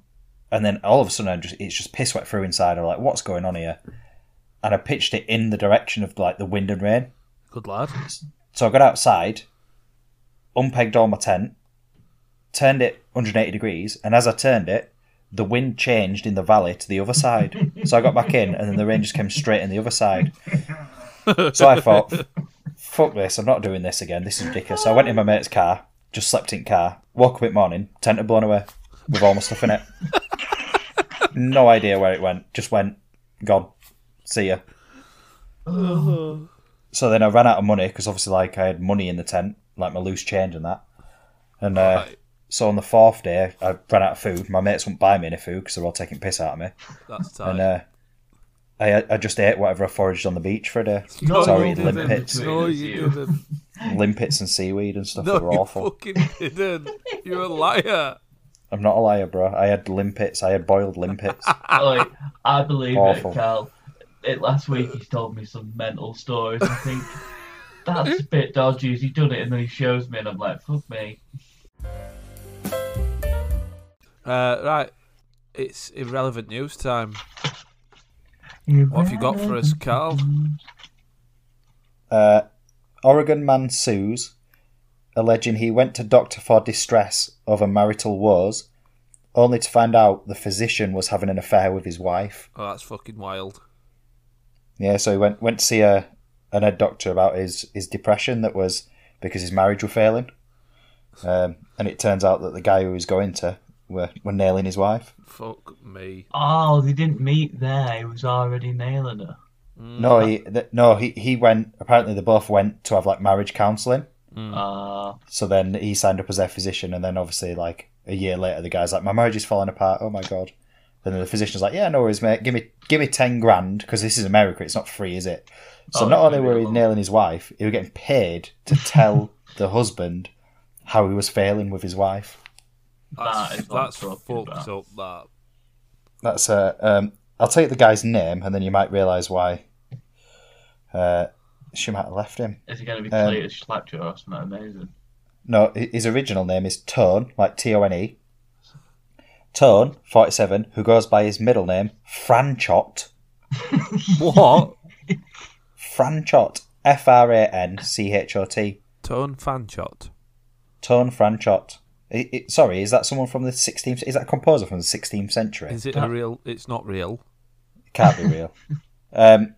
Speaker 3: and then all of a sudden, I'm just, it's just piss wet through inside. I'm like, what's going on here? And I pitched it in the direction of like the wind and rain.
Speaker 1: Good lad.
Speaker 3: So I got outside, unpegged all my tent, turned it 180 degrees, and as I turned it, the wind changed in the valley to the other side. so I got back in, and then the rain just came straight in the other side. so I thought, fuck this, I'm not doing this again. This is ridiculous. So I went in my mate's car, just slept in car, woke up in the morning, tent had blown away with all my stuff in it. no idea where it went, just went, gone, see ya. So then I ran out of money because obviously, like, I had money in the tent, like my loose change and that. And uh,
Speaker 1: Right.
Speaker 3: so on the fourth day, I ran out of food. My mates wouldn't buy me any food because they're all taking piss out of me.
Speaker 1: That's
Speaker 3: And
Speaker 1: tight.
Speaker 3: uh, I, I just ate whatever I foraged on the beach for a day.
Speaker 1: No,
Speaker 3: So I
Speaker 1: you
Speaker 3: eat
Speaker 1: didn't.
Speaker 3: limpets,
Speaker 1: No, you
Speaker 2: You.
Speaker 1: didn't.
Speaker 3: limpets and seaweed and stuff that
Speaker 1: No,
Speaker 3: were
Speaker 1: you
Speaker 3: awful.
Speaker 1: fucking didn't. You're a liar.
Speaker 3: I'm not a liar, bro. I had limpets. I had boiled limpets.
Speaker 1: Ah.
Speaker 2: Like, I believe
Speaker 3: Awful.
Speaker 2: it, Cal. It, last week he told me some mental stories. I think that's a bit dodgy. He done it and then he shows me, and I'm like, fuck me.
Speaker 1: Uh, right. It's irrelevant news time. What have you got for us, Carl?
Speaker 3: uh, Oregon man sues, alleging he went to doctor for distress over marital woes, only to find out the physician was having an affair with his wife.
Speaker 1: Oh, that's fucking wild.
Speaker 3: Yeah, so he went went to see a an head doctor about his his depression that was because his marriage was failing, um, and it turns out that the guy who he was going to were, were nailing his wife.
Speaker 1: Fuck me.
Speaker 2: Oh, they didn't meet there. He was already nailing her.
Speaker 3: No, he th- no he he went. Apparently, they both went to have like marriage counselling.
Speaker 1: Hmm.
Speaker 2: Ah,
Speaker 3: So then he signed up as their physician, and then obviously, like a year later, the guy's like, "My marriage is falling apart. Oh my god!" And then the physician's like, "Yeah, no worries, mate. Give me, give me ten grand because this is America. It's not free, is it?" So
Speaker 2: Oh,
Speaker 3: not
Speaker 2: it's
Speaker 3: only
Speaker 2: gonna be
Speaker 3: were
Speaker 2: a
Speaker 3: he
Speaker 2: lot.
Speaker 3: nailing his wife, he was getting paid to tell the husband how he was failing with his wife.
Speaker 1: That's,
Speaker 2: That is what I'm
Speaker 1: that's fucked
Speaker 2: talking about.
Speaker 1: up, that.
Speaker 3: That's uh, um, I'll take the guy's name, and then you might realise why. Uh, she might have left him.
Speaker 2: is he going to be
Speaker 3: Um,
Speaker 2: clear as slapped your ass? Not amazing.
Speaker 3: No, hi- his original name is Tone, like T O N E. Tone, 47, who goes by his middle name, Franchot.
Speaker 1: What?
Speaker 3: Franchot. F R A N C H O T.
Speaker 1: Tone Fanchot.
Speaker 3: Tone Franchot. I- I- sorry, is that someone from the 16th? Is that a composer from the 16th century?
Speaker 1: Is it a real? It's not real.
Speaker 3: It can't be real. um,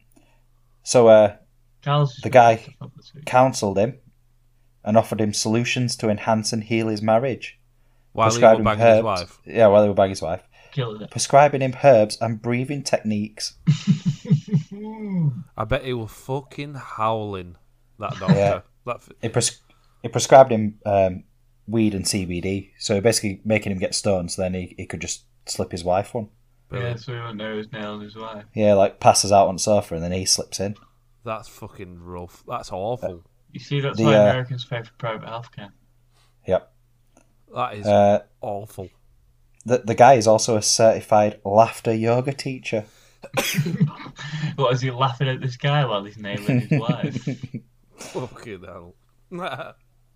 Speaker 3: so uh,
Speaker 2: Charles,
Speaker 3: the guy counselled him and offered him solutions to enhance and heal his marriage.
Speaker 1: While he was
Speaker 3: him
Speaker 1: banging his
Speaker 3: herbs-
Speaker 1: wife.
Speaker 3: Yeah, while they were banging his wife.
Speaker 2: killing it.
Speaker 3: Prescribing him herbs and breathing techniques.
Speaker 1: I bet he was fucking howling. That doctor.
Speaker 3: Yeah.
Speaker 1: That f-
Speaker 3: it, pres- it prescribed him um, weed and CBD, so basically making him get stoned. So then he, he could just slip his wife one.
Speaker 2: Yeah,
Speaker 1: brilliant.
Speaker 2: so we won't know his nails his wife.
Speaker 3: Yeah, like passes out on the sofa and then he slips in.
Speaker 1: That's fucking rough. That's awful.
Speaker 2: You see, that's
Speaker 3: The,
Speaker 2: why
Speaker 3: uh,
Speaker 2: Americans pay for private healthcare.
Speaker 3: Yep.
Speaker 1: That is
Speaker 3: Uh,
Speaker 1: awful.
Speaker 3: the the guy is also a certified laughter yoga teacher.
Speaker 2: What is he laughing at this guy while he's nailing his wife?
Speaker 1: Fucking hell.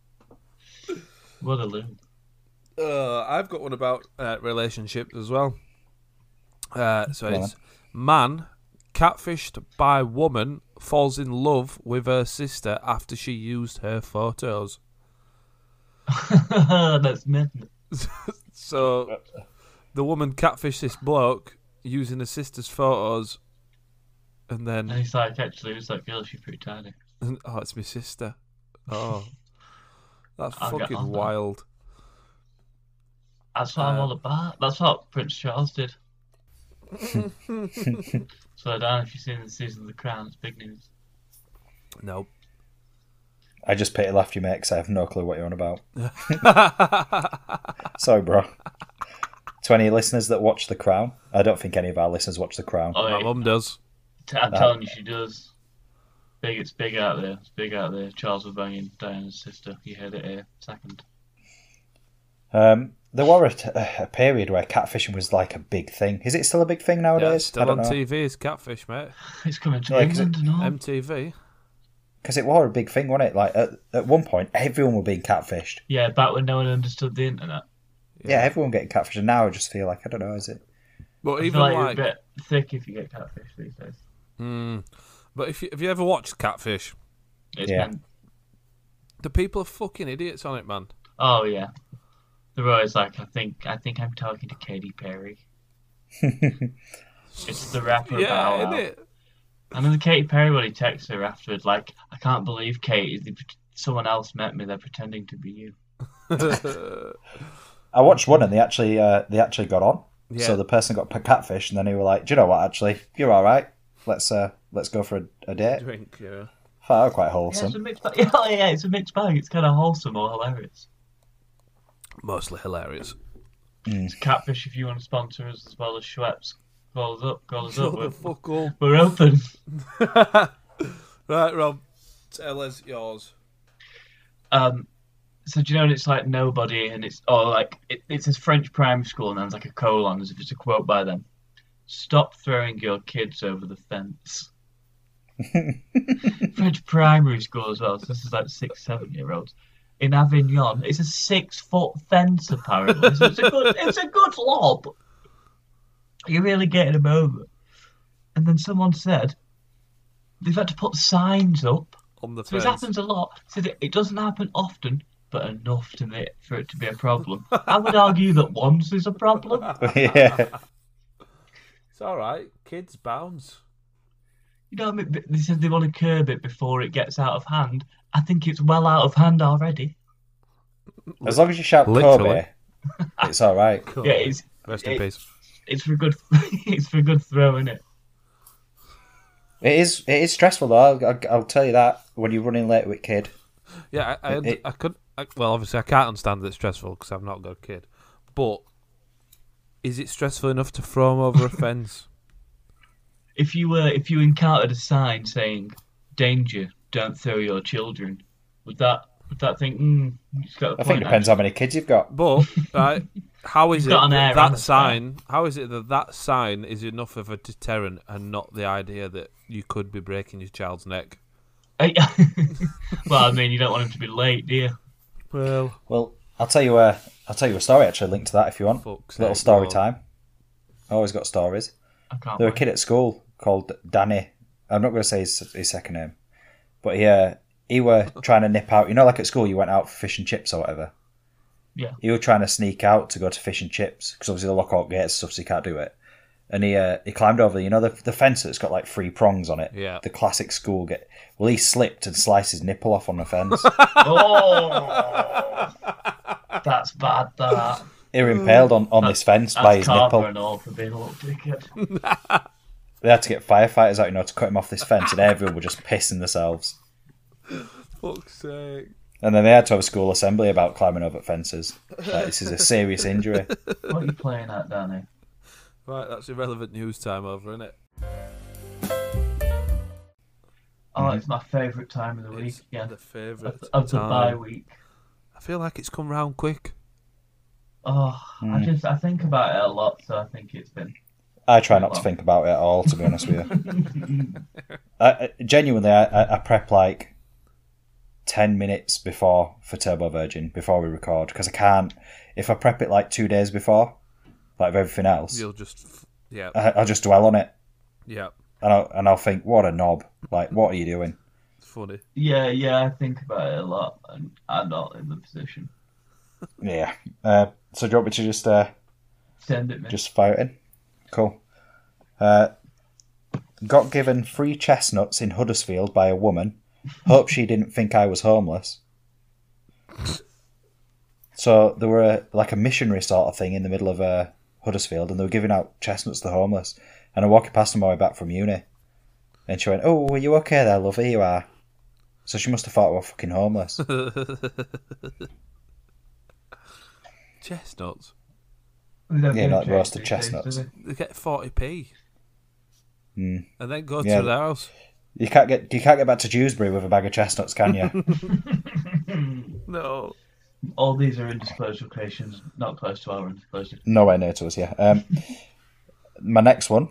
Speaker 2: What a loon.
Speaker 1: uh, I've got one about uh, relationships as well. Uh, so
Speaker 3: Go
Speaker 1: it's man catfished by woman falls in love with her sister after she used her photos.
Speaker 2: that's mental.
Speaker 1: So the woman catfished this bloke using his sister's photos, and
Speaker 2: And
Speaker 1: then
Speaker 2: he's like, actually, it's like, girl, she's pretty tiny.
Speaker 1: oh, it's my sister. Oh, that's
Speaker 2: I'll get
Speaker 1: fucking
Speaker 2: on that.
Speaker 1: wild.
Speaker 2: That's what I'm
Speaker 1: Uh,
Speaker 2: all about. That's what Prince Charles did. so, Dan, if you've seen the season of The Crown, it's big news.
Speaker 1: No.
Speaker 3: I just pity laughed you, mate, 'cause I have no clue what you're on about. Sorry, bro. To any listeners that watch The Crown, I don't think any of our listeners watch The Crown.
Speaker 2: Oh,
Speaker 1: My
Speaker 2: yeah.
Speaker 1: mum does.
Speaker 2: T- I'm telling you, she does. Big, it's big out there. It's big out there. Charles was banging Diana's sister. You heard it here second.
Speaker 3: Um, there were a, t- a period where catfishing was like a big thing. Is Oh, it still a big thing
Speaker 1: Yeah,
Speaker 3: nowadays?
Speaker 1: it's still on TV. It's catfish, mate.
Speaker 2: It's coming to
Speaker 3: Yeah, 'cause
Speaker 2: England and all.
Speaker 1: MTV.
Speaker 3: Because it was a big thing, wasn't it? Like at, at one point, everyone were being catfished.
Speaker 2: yeah, back when no one understood the internet.
Speaker 3: Yeah, everyone getting catfished. And now I just feel like I don't know. Is it?
Speaker 1: But
Speaker 2: I
Speaker 1: even
Speaker 2: feel like,
Speaker 1: like,
Speaker 2: you're a bit thick if you get catfish these days.
Speaker 1: Mm. but if you, have you ever watched Catfish?
Speaker 2: It's
Speaker 3: Yeah.
Speaker 2: been-
Speaker 1: The people are fucking idiots on it, man.
Speaker 2: oh yeah. The row is like I think I think I'm talking to Katy Perry. it's the rapper Bow
Speaker 1: yeah,
Speaker 2: Wow.
Speaker 1: is it?
Speaker 2: And then the Katy Perry when he texts her afterwards, like, I can't believe Katie, they, pret- someone else met me. They're pretending to be you.
Speaker 3: I watched one and they actually uh, they actually got on.
Speaker 1: Yeah.
Speaker 3: So the person got p- catfished, and then they were like, "Do you know what? Actually, you're all right. Let's uh, let's go for a, a date."
Speaker 1: Drink, yeah.
Speaker 3: That was quite
Speaker 2: Yeah, it's a
Speaker 3: wholesome.
Speaker 2: mixed bag. Yeah, oh, yeah, it's a mixed bag. It's kind of wholesome or hilarious.
Speaker 1: Mostly hilarious.
Speaker 2: It's catfish if you want to sponsor us as well as Schweppes. Roll us up, roll us up.
Speaker 1: Shut the
Speaker 2: We're,
Speaker 1: fuck up.
Speaker 2: we're open.
Speaker 1: Right, Rob. Tell us yours.
Speaker 2: Um, so do you know when it's like nobody and it's or like it, it's this French primary school and then there's like a colon as if it's a quote by them. Stop throwing your kids over the fence. French primary school as well. So this is like six, seven year olds in Avignon. It's a six foot fence apparently. So it's a good, it's a good lob. You're really getting them over. And then someone said they've had to put signs up
Speaker 1: On the
Speaker 2: so it
Speaker 1: fence.
Speaker 2: happens a lot. So that it doesn't happen often, but enough to make, for it to be a problem. I would argue that once is a problem.
Speaker 3: yeah.
Speaker 1: It's all right. Kids bounce.
Speaker 2: You know, what I mean? But they said they want to curb it before it gets out of hand. I think it's well out of hand already.
Speaker 3: As long as you shout
Speaker 1: Literally.
Speaker 3: Kobe, it's all right.
Speaker 1: Cool.
Speaker 2: Yeah, it's
Speaker 1: Rest in
Speaker 2: it-
Speaker 1: peace.
Speaker 2: it's for good it's for good throwing it.
Speaker 3: It is. It is stressful though. I'll, I'll, I'll tell you that when you're running late with kid.
Speaker 1: Yeah, I, I,
Speaker 3: It- it-
Speaker 1: I could. I, well, obviously, I can't understand that it's stressful because I've not got a kid. But is it stressful enough to throw 'em over a fence?
Speaker 2: If you were if you encountered a sign saying "danger, don't throw your children," would that would that think? Mm, it's got a
Speaker 3: I think
Speaker 2: point,
Speaker 3: it depends how many kids you've got.
Speaker 1: But right, how is
Speaker 2: You've
Speaker 1: it
Speaker 2: got an
Speaker 1: that,
Speaker 2: air on
Speaker 1: that
Speaker 2: the side.
Speaker 1: sign? How is it that that sign is enough of a deterrent and not the idea that you could be breaking your child's neck?
Speaker 2: actually. well, I mean, you don't want him to be late, do you?
Speaker 1: Well,
Speaker 3: Well, I'll tell you a. I'll tell you a story actually linked to that if you want.
Speaker 1: Fuck's
Speaker 3: Little
Speaker 1: sake,
Speaker 3: story
Speaker 1: go on.
Speaker 3: time. I always got stories.
Speaker 2: I can't.
Speaker 3: There was
Speaker 2: wait.
Speaker 3: a kid at school called Danny. I'm not going to say his, his second name, but he uh, he were trying to nip out. You know, like at school, you went out for fish and chips or whatever.
Speaker 2: Yeah.
Speaker 3: He were trying to sneak out to go to fish and chips because obviously the lockout gate and stuff, so you can't do it. And he uh, he climbed over. You know the the fence that's got like three prongs on it.
Speaker 1: Yeah.
Speaker 3: The classic school gate. Well, he slipped and sliced his nipple off on the fence.
Speaker 2: Oh, that's bad. That
Speaker 3: he were impaled on, on this fence by
Speaker 2: that's
Speaker 3: his
Speaker 2: karma
Speaker 3: nipple.
Speaker 2: and all for being a little dickhead.
Speaker 3: They had to get firefighters out, you know, to cut him off this fence, and everyone were just pissing themselves.
Speaker 1: fuck's sake.
Speaker 3: And then they had to have a school assembly about climbing over fences. Like, this is a serious injury.
Speaker 2: What are you playing at, Danny?
Speaker 1: Right, that's irrelevant news time over, isn't it?
Speaker 2: Oh,
Speaker 3: Mm-hmm.
Speaker 2: it's my favourite time of the week.
Speaker 1: It's
Speaker 2: Yeah,
Speaker 1: the favourite
Speaker 2: of the bye
Speaker 1: time.
Speaker 2: week.
Speaker 1: I feel like it's come round quick.
Speaker 2: Oh,
Speaker 3: Mm.
Speaker 2: I just I think about it a lot, so I think it's been.
Speaker 3: I try not to think about it at all, to be honest with you. I, I- genuinely, I, I, I prep like 10 minutes before for Turbo Virgin, before we record, because I can't. If I prep it like two days before, like with everything else,
Speaker 1: You'll just, f- yeah,
Speaker 3: I, I'll just dwell on it.
Speaker 1: yeah.
Speaker 3: And I'll, and I'll think, what a knob. Like, what are you doing?
Speaker 1: It's funny.
Speaker 2: Yeah, yeah, I think about it a lot, and I'm not in the position.
Speaker 3: Yeah. Uh, so, do you want me to just. Uh,
Speaker 2: Send it me.
Speaker 3: Just fire it in. Cool. Uh, got given free chestnuts in Huddersfield by a woman. Hope she didn't think I was homeless. So there were a, like a missionary sort of thing in the middle of uh, Huddersfield, and they were giving out chestnuts to the homeless. And I'm walking past them on my way back from uni, and she went, "Oh, are you okay there, love? Here you are." So she must have thought we were fucking homeless.
Speaker 1: Chestnuts.
Speaker 2: They don't
Speaker 3: Yeah,
Speaker 2: do
Speaker 3: like
Speaker 2: cheese
Speaker 3: roasted
Speaker 2: these days, do
Speaker 3: chestnuts.
Speaker 2: they?
Speaker 1: They get 40p.
Speaker 3: Mm.
Speaker 1: And then go
Speaker 3: Yeah.
Speaker 1: to the house.
Speaker 3: You can't get you can't get back to Dewsbury with a bag of chestnuts, can you?
Speaker 1: No.
Speaker 2: All these are in disclosed locations, not close to our undisclosed.
Speaker 3: Nowhere near to us. Yeah. Um, my next one.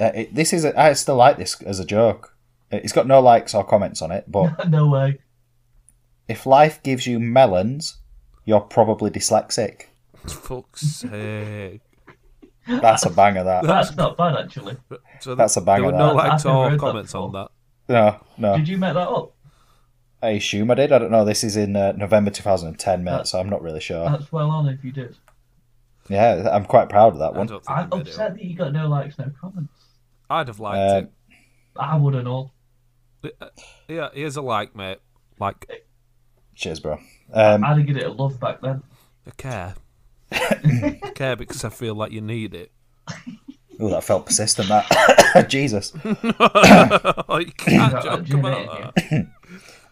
Speaker 3: Uh, it, this is a, I still like this as a joke. It- It's got no likes or comments on it, but
Speaker 2: no way.
Speaker 3: if life gives you melons, you're probably dyslexic.
Speaker 1: Fuck's sake.
Speaker 3: That's a banger. That
Speaker 2: That's not bad, actually.
Speaker 1: So
Speaker 3: That's a banger,
Speaker 1: There were no
Speaker 3: that.
Speaker 1: likes
Speaker 2: I've never heard
Speaker 1: or
Speaker 2: that
Speaker 1: comments on
Speaker 2: before.
Speaker 1: that.
Speaker 3: no, no.
Speaker 2: Did you make that up?
Speaker 3: I assume I did. I don't know. This is in uh, November 2010, mate,
Speaker 1: Uh,
Speaker 2: That-
Speaker 3: so I'm not really sure.
Speaker 2: That's well on if you did.
Speaker 3: Yeah, I'm quite proud of that
Speaker 1: I
Speaker 3: one.
Speaker 1: don't think
Speaker 2: I'm
Speaker 1: I made it up.
Speaker 2: upset that you got no likes, no comments.
Speaker 1: I'd have liked
Speaker 3: Uh,
Speaker 1: it.
Speaker 2: I wouldn't all.
Speaker 1: Yeah, here's a like, mate. Like
Speaker 3: Cheers, bro. Um,
Speaker 2: I'd have given it a love back then.
Speaker 1: a care. care because I feel like you need it.
Speaker 3: oh, that felt persistent. That Jesus.
Speaker 1: you can't
Speaker 2: Got a
Speaker 1: joke
Speaker 2: gin in
Speaker 1: about
Speaker 2: it,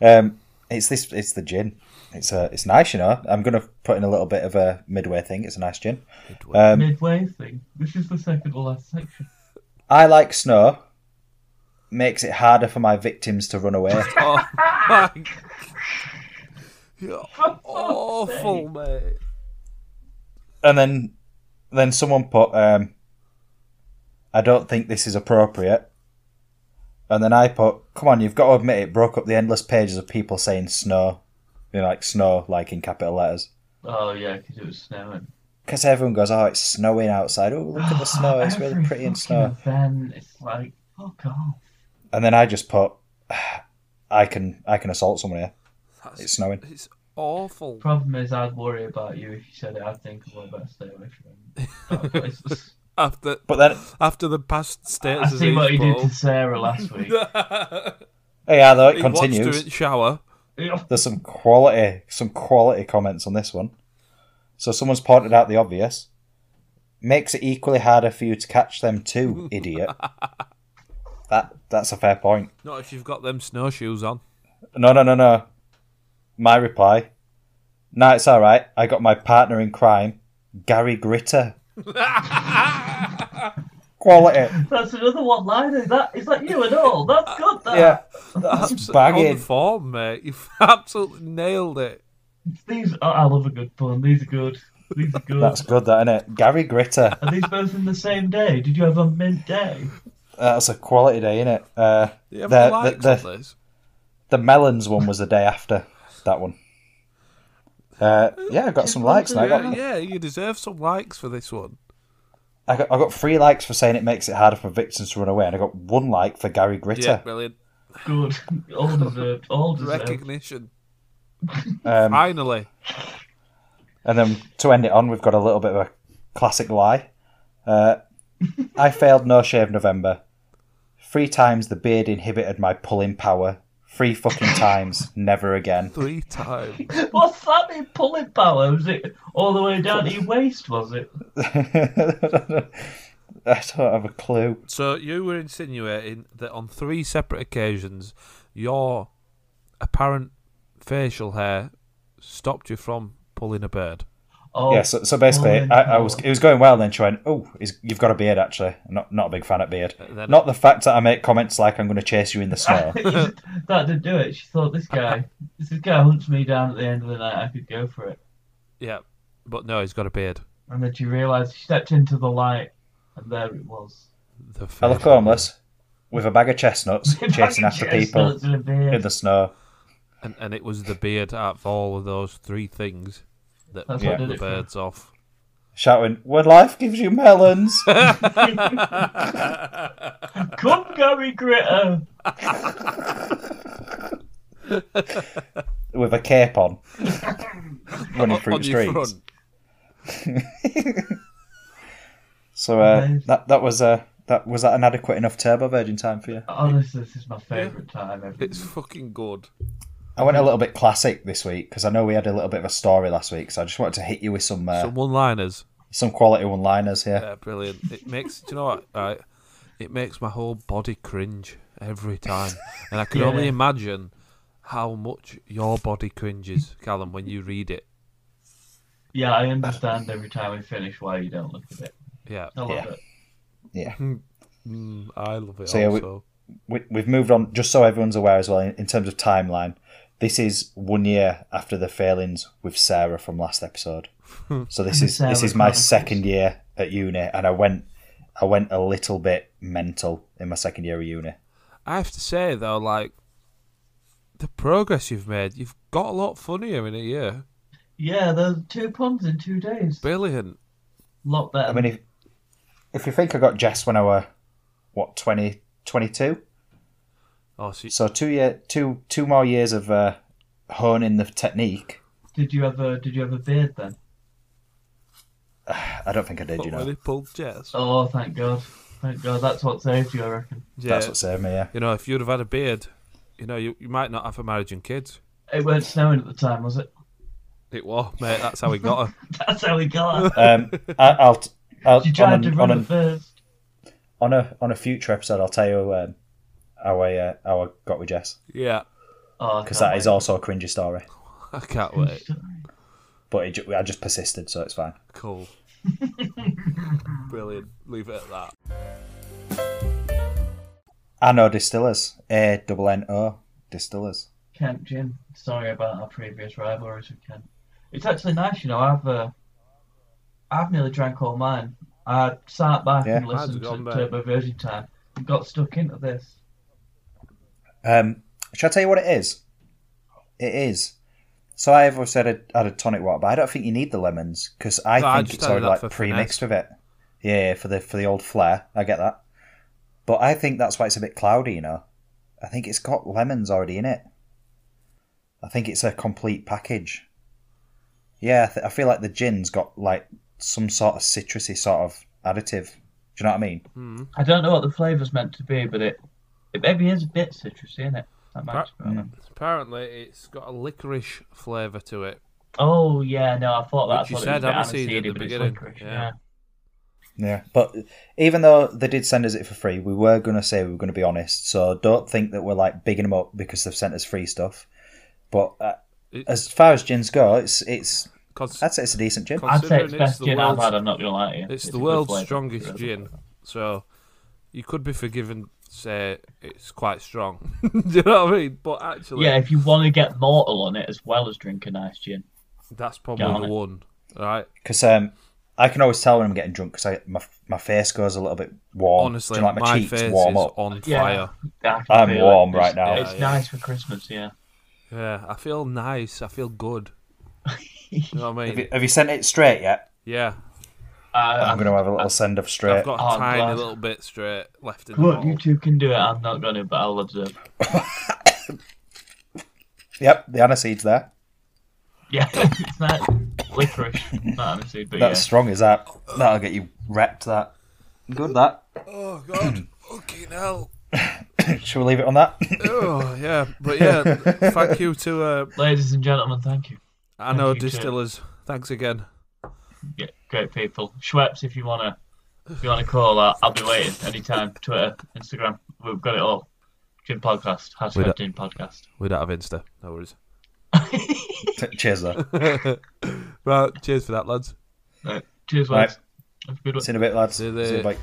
Speaker 1: that.
Speaker 3: Um, it's this. It's the gin. It's uh, it's nice, you know. I'm gonna put in a little bit of a midway thing. It's a nice gin.
Speaker 1: Midway.
Speaker 3: Um,
Speaker 2: Midway thing. This is the second to last section.
Speaker 3: I like snow. Makes it harder for my victims to run away.
Speaker 1: Oh my! You're awful, mate.
Speaker 3: and then, then someone put, um, I don't think this is appropriate. And then I put, come on, you've got to admit it broke up the endless pages of people saying snow, you know, like snow, like in capital letters.
Speaker 2: Oh, yeah, because it was snowing.
Speaker 3: Because everyone goes, oh, it's snowing outside. Oh, look at the snow. It's really
Speaker 2: Every
Speaker 3: pretty in
Speaker 2: fucking
Speaker 3: snow.
Speaker 2: Event, it's like, fuck off.
Speaker 3: And then I just put, I can, I can assault someone here.
Speaker 1: That's,
Speaker 3: It's snowing.
Speaker 1: it's awful.
Speaker 2: Problem is, I'd worry about you if you said it. I'd think, well, I better stay away from that place.
Speaker 1: After
Speaker 3: But then,
Speaker 1: after the past states,
Speaker 2: I see what he did to Sarah last week.
Speaker 3: hey, although it
Speaker 1: he watched her
Speaker 3: continues.
Speaker 1: in the shower.
Speaker 3: There's some quality, some quality comments on this one. So someone's pointed out the obvious. Makes it equally harder for you to catch them too, idiot. that that's a fair point.
Speaker 1: Not if you've got them snowshoes on.
Speaker 3: No, no, no, no. My reply. No, it's all right. I got my partner in crime, Gary Gritter. quality.
Speaker 2: That's another one liner. That is that you at all? That's good. That.
Speaker 3: Yeah. That's
Speaker 1: On
Speaker 3: bagging.
Speaker 1: form, mate. You've absolutely nailed it.
Speaker 2: These. Oh, I love a good pun. These are good. These are good.
Speaker 3: That's good, that, innit? Gary Gritter.
Speaker 2: Are these both in the same day? Did you have a midday?
Speaker 3: Uh, That's a quality day, innit? Uh,
Speaker 1: You have
Speaker 3: The-
Speaker 1: likes
Speaker 3: the- the-
Speaker 1: on this.
Speaker 3: The melons one was the day after that one. Uh, yeah, I got some likes. And I
Speaker 1: Yeah,
Speaker 3: got
Speaker 1: yeah, you deserve some likes for this one.
Speaker 3: I got I got three likes for saying it makes it harder for victims to run away, and I got one like for Gary
Speaker 1: Yeah,
Speaker 3: Gritter.
Speaker 1: brilliant.
Speaker 2: Good. All deserved. All deserved.
Speaker 1: Recognition.
Speaker 3: Um,
Speaker 1: Finally.
Speaker 3: and then to end it on, we've got a little bit of a classic lie. Uh, I failed No Shave November. Three times the beard inhibited my pulling power. Three fucking times, never again.
Speaker 1: Three times.
Speaker 2: What's that in pulling power? Was it all the way down to your waist? Was it?
Speaker 3: I don't have a clue.
Speaker 1: So you were insinuating that on three separate occasions, your apparent facial hair stopped you from pulling a bird.
Speaker 2: Oh,
Speaker 3: yeah, so, so basically,
Speaker 2: pulling
Speaker 3: I, I was
Speaker 2: power.
Speaker 3: it was going well. Then she went, "Oh, he's, you've got a beard, actually. I'm not not a big fan of beard.
Speaker 1: then-
Speaker 3: not the fact that I make comments like I'm going to chase you in the snow.
Speaker 2: that did do it. She thought this guy, this guy hunts me down at the end of the night. I could go for it.
Speaker 1: Yeah, but no, he's got a beard.
Speaker 2: And then she realised she stepped into the light, and there it was.
Speaker 1: The
Speaker 3: I look
Speaker 1: facial
Speaker 3: homeless with a bag of chestnuts chasing after people
Speaker 2: Chestnuts and a beard.
Speaker 3: in the snow.
Speaker 1: hair. And, and it was the beard out of all of those three things that
Speaker 2: That's
Speaker 1: put
Speaker 2: what
Speaker 3: Yeah.
Speaker 2: did
Speaker 1: the
Speaker 2: it for me.
Speaker 1: birds off.
Speaker 3: Shouting, when life gives you melons.
Speaker 2: Come, Gary Gritter.
Speaker 3: with a cape on, running through
Speaker 1: on
Speaker 3: the
Speaker 1: your
Speaker 3: streets.
Speaker 1: front.
Speaker 3: So uh,
Speaker 2: Amazing.
Speaker 3: that that was uh, that was that an adequate enough turbo virgin time for you?
Speaker 2: Honestly, this is my favourite time ever.
Speaker 1: It's fucking good.
Speaker 3: I went a little bit classic this week because I know we had a little bit of a story last week, so I just wanted to hit you with some uh,
Speaker 1: Some one-liners.
Speaker 3: some quality one-liners here.
Speaker 1: Yeah, Uh, brilliant. It makes do you know what? Right, it makes my whole body cringe every time, and I can
Speaker 2: Yeah.
Speaker 1: only imagine how much your body cringes, Callum, when you read it.
Speaker 2: Yeah, I understand every time we finish why you don't look at it.
Speaker 1: Yeah,
Speaker 2: I love
Speaker 3: Yeah.
Speaker 2: it.
Speaker 3: Yeah.
Speaker 1: Mm, I love it
Speaker 3: So, yeah, we-
Speaker 1: also.
Speaker 3: we, we've moved on, just so everyone's aware as well, in, in terms of timeline. This is one year after the failings with Sarah from last episode.
Speaker 1: Hmm.
Speaker 3: So this is
Speaker 2: Sarah
Speaker 3: this is my
Speaker 2: Chronicles.
Speaker 3: second year at uni, and I went I went a little bit mental in my second year of uni.
Speaker 1: I have to say though, like the progress you've made, you've got a lot funnier in a year.
Speaker 2: Yeah, those two puns in two days.
Speaker 1: Brilliant.
Speaker 2: lot better.
Speaker 3: I mean, if if you think I got Jess when I were what 20, 22?
Speaker 1: Oh, so you-
Speaker 3: so two year two two more years of uh, honing the technique.
Speaker 2: did you have a Did you have a beard then?
Speaker 3: I don't think I did,
Speaker 1: but
Speaker 3: you know.
Speaker 1: when he pulled Jess,
Speaker 2: Oh, thank God, thank God. That's what saved you, I reckon.
Speaker 1: yeah,
Speaker 3: That's what saved me. Yeah,
Speaker 1: you know, if you'd have had a beard, you know, you, you might not have a marriage and kids.
Speaker 2: It weren't snowing at the time, was it?
Speaker 1: It was, mate. That's how we got her.
Speaker 2: That's how we got. her.
Speaker 3: um, I, I'll. t- I'll
Speaker 2: She
Speaker 3: on
Speaker 2: tried
Speaker 3: an-
Speaker 2: to
Speaker 3: on
Speaker 2: run
Speaker 3: an-
Speaker 2: it first.
Speaker 3: on a on a future episode, I'll tell you um, how I uh, how I got with Jess
Speaker 1: Yeah,
Speaker 2: Oh,
Speaker 3: because that is also a cringy story.
Speaker 1: I can't wait.
Speaker 3: But it, ju- I just persisted, so it's fine.
Speaker 1: Cool. Brilliant. Leave it at that.
Speaker 3: Anno Distillers, A double N O Distillers.
Speaker 2: Kent Jim. Sorry about our previous rivalries with Kent. It's actually nice, you know. I've uh, I've nearly drank all mine. I sat back
Speaker 3: Yeah.
Speaker 2: and listened
Speaker 1: Mine's gone,
Speaker 2: to
Speaker 1: mate.
Speaker 2: Turbo Virgin Time and got stuck into this.
Speaker 3: Um, shall I tell you what it is? It is. So I have always said I had a tonic water, but I don't think you need the lemons because I
Speaker 1: No, I
Speaker 3: think
Speaker 1: just
Speaker 3: it's
Speaker 1: added
Speaker 3: already
Speaker 1: that
Speaker 3: like
Speaker 1: for
Speaker 3: pre-mixed with it. Yeah, yeah, for the for the old flair, I get that. But I think that's why it's a bit cloudy, you know. I think it's got lemons already in it. I think it's a complete package. Yeah, I, th- I feel like the gin's got like some sort of citrusy sort of additive. Do you know what I mean?
Speaker 1: Mm.
Speaker 2: I don't know what the flavour's meant to be, but it it maybe is a bit citrusy, isn't it? That might
Speaker 1: Right.
Speaker 2: just be what I
Speaker 3: Hmm.
Speaker 2: meant.
Speaker 1: Apparently, it's got a licorice flavour to it.
Speaker 2: Oh yeah, no, I thought
Speaker 1: Which
Speaker 2: that's
Speaker 1: you
Speaker 2: what
Speaker 1: said,
Speaker 2: it was. a
Speaker 1: haven't
Speaker 2: bit
Speaker 1: you, at
Speaker 2: aniseedy,
Speaker 1: the
Speaker 2: but it's
Speaker 1: beginning?
Speaker 2: licorice,
Speaker 1: Yeah.
Speaker 2: yeah.
Speaker 3: Yeah, but even though they did send us it for free, we were going to say we were going to be honest. So don't think that we're like bigging them up because they've sent us free stuff. But uh,
Speaker 1: It-
Speaker 3: as far as gins go, it's it's
Speaker 1: Cons-
Speaker 3: I'd say it's a decent gin.
Speaker 1: Con-
Speaker 2: I'd say it's
Speaker 1: Considering it's
Speaker 2: best
Speaker 1: the
Speaker 2: gin I've
Speaker 1: world's-
Speaker 2: had. I'm not gonna lie to you.
Speaker 1: It's,
Speaker 2: a
Speaker 1: the
Speaker 2: good
Speaker 1: world's
Speaker 2: flavour.
Speaker 1: strongest
Speaker 2: Really.
Speaker 1: gin, so you could be forgiven. Say it's quite strong. Do you know what I mean? But actually,
Speaker 2: Yeah, if you want to get mortal on it as well as drink a nice gin.
Speaker 1: that's probably
Speaker 2: Get on
Speaker 1: the
Speaker 2: it.
Speaker 1: one, right?
Speaker 3: Because um, I can always tell when I'm getting drunk because my my face goes a little bit warm.
Speaker 1: Honestly,
Speaker 3: Do you know, like
Speaker 1: my
Speaker 3: my, cheeks
Speaker 1: face
Speaker 3: warm
Speaker 1: is
Speaker 3: up.
Speaker 1: on
Speaker 2: Yeah.
Speaker 1: fire.
Speaker 2: I can
Speaker 3: I'm
Speaker 2: feel
Speaker 3: warm
Speaker 2: it.
Speaker 3: right
Speaker 2: It's-
Speaker 3: now.
Speaker 2: It's
Speaker 1: Yeah,
Speaker 2: nice for Christmas, yeah.
Speaker 1: Yeah, I feel nice. I feel good. you know what I
Speaker 3: Have,
Speaker 1: mean?
Speaker 3: you, have you sent it straight yet?
Speaker 1: Yeah,
Speaker 2: I,
Speaker 3: I'm going to have a little send off straight.
Speaker 1: I've got a
Speaker 2: Oh, I'm
Speaker 1: tiny
Speaker 2: glad.
Speaker 1: little bit straight left in the
Speaker 2: Look, you
Speaker 1: bottle.
Speaker 2: two can do it. I'm not gonna, but I'll observe.
Speaker 3: Yep, the aniseed's there.
Speaker 2: Yeah, it's not licorice, not honestly, but
Speaker 3: That's
Speaker 2: yeah.
Speaker 3: strong as that. That'll get you repped. That good. That
Speaker 1: Oh God, fucking hell!
Speaker 3: shall we leave it on that?
Speaker 1: Oh yeah, but yeah, thank you to uh,
Speaker 2: Ladies and gentlemen, thank you.
Speaker 1: Anno
Speaker 2: you, Jim.
Speaker 1: Distillers. Thanks again.
Speaker 2: Yeah, great people. Schweppes, if you wanna, if you wanna call that, I'll be waiting anytime. Twitter, Instagram, we've got it all. Gin podcast,
Speaker 1: We
Speaker 2: hashtag
Speaker 1: don't-
Speaker 2: Gin podcast.
Speaker 1: We don't have Insta. No worries.
Speaker 3: Cheers, though.
Speaker 1: Right, cheers for that, lads.
Speaker 2: Right, cheers,
Speaker 3: Right.
Speaker 2: lads. Have a good one.
Speaker 3: See you in a bit, lads.
Speaker 1: See you there.
Speaker 3: bye.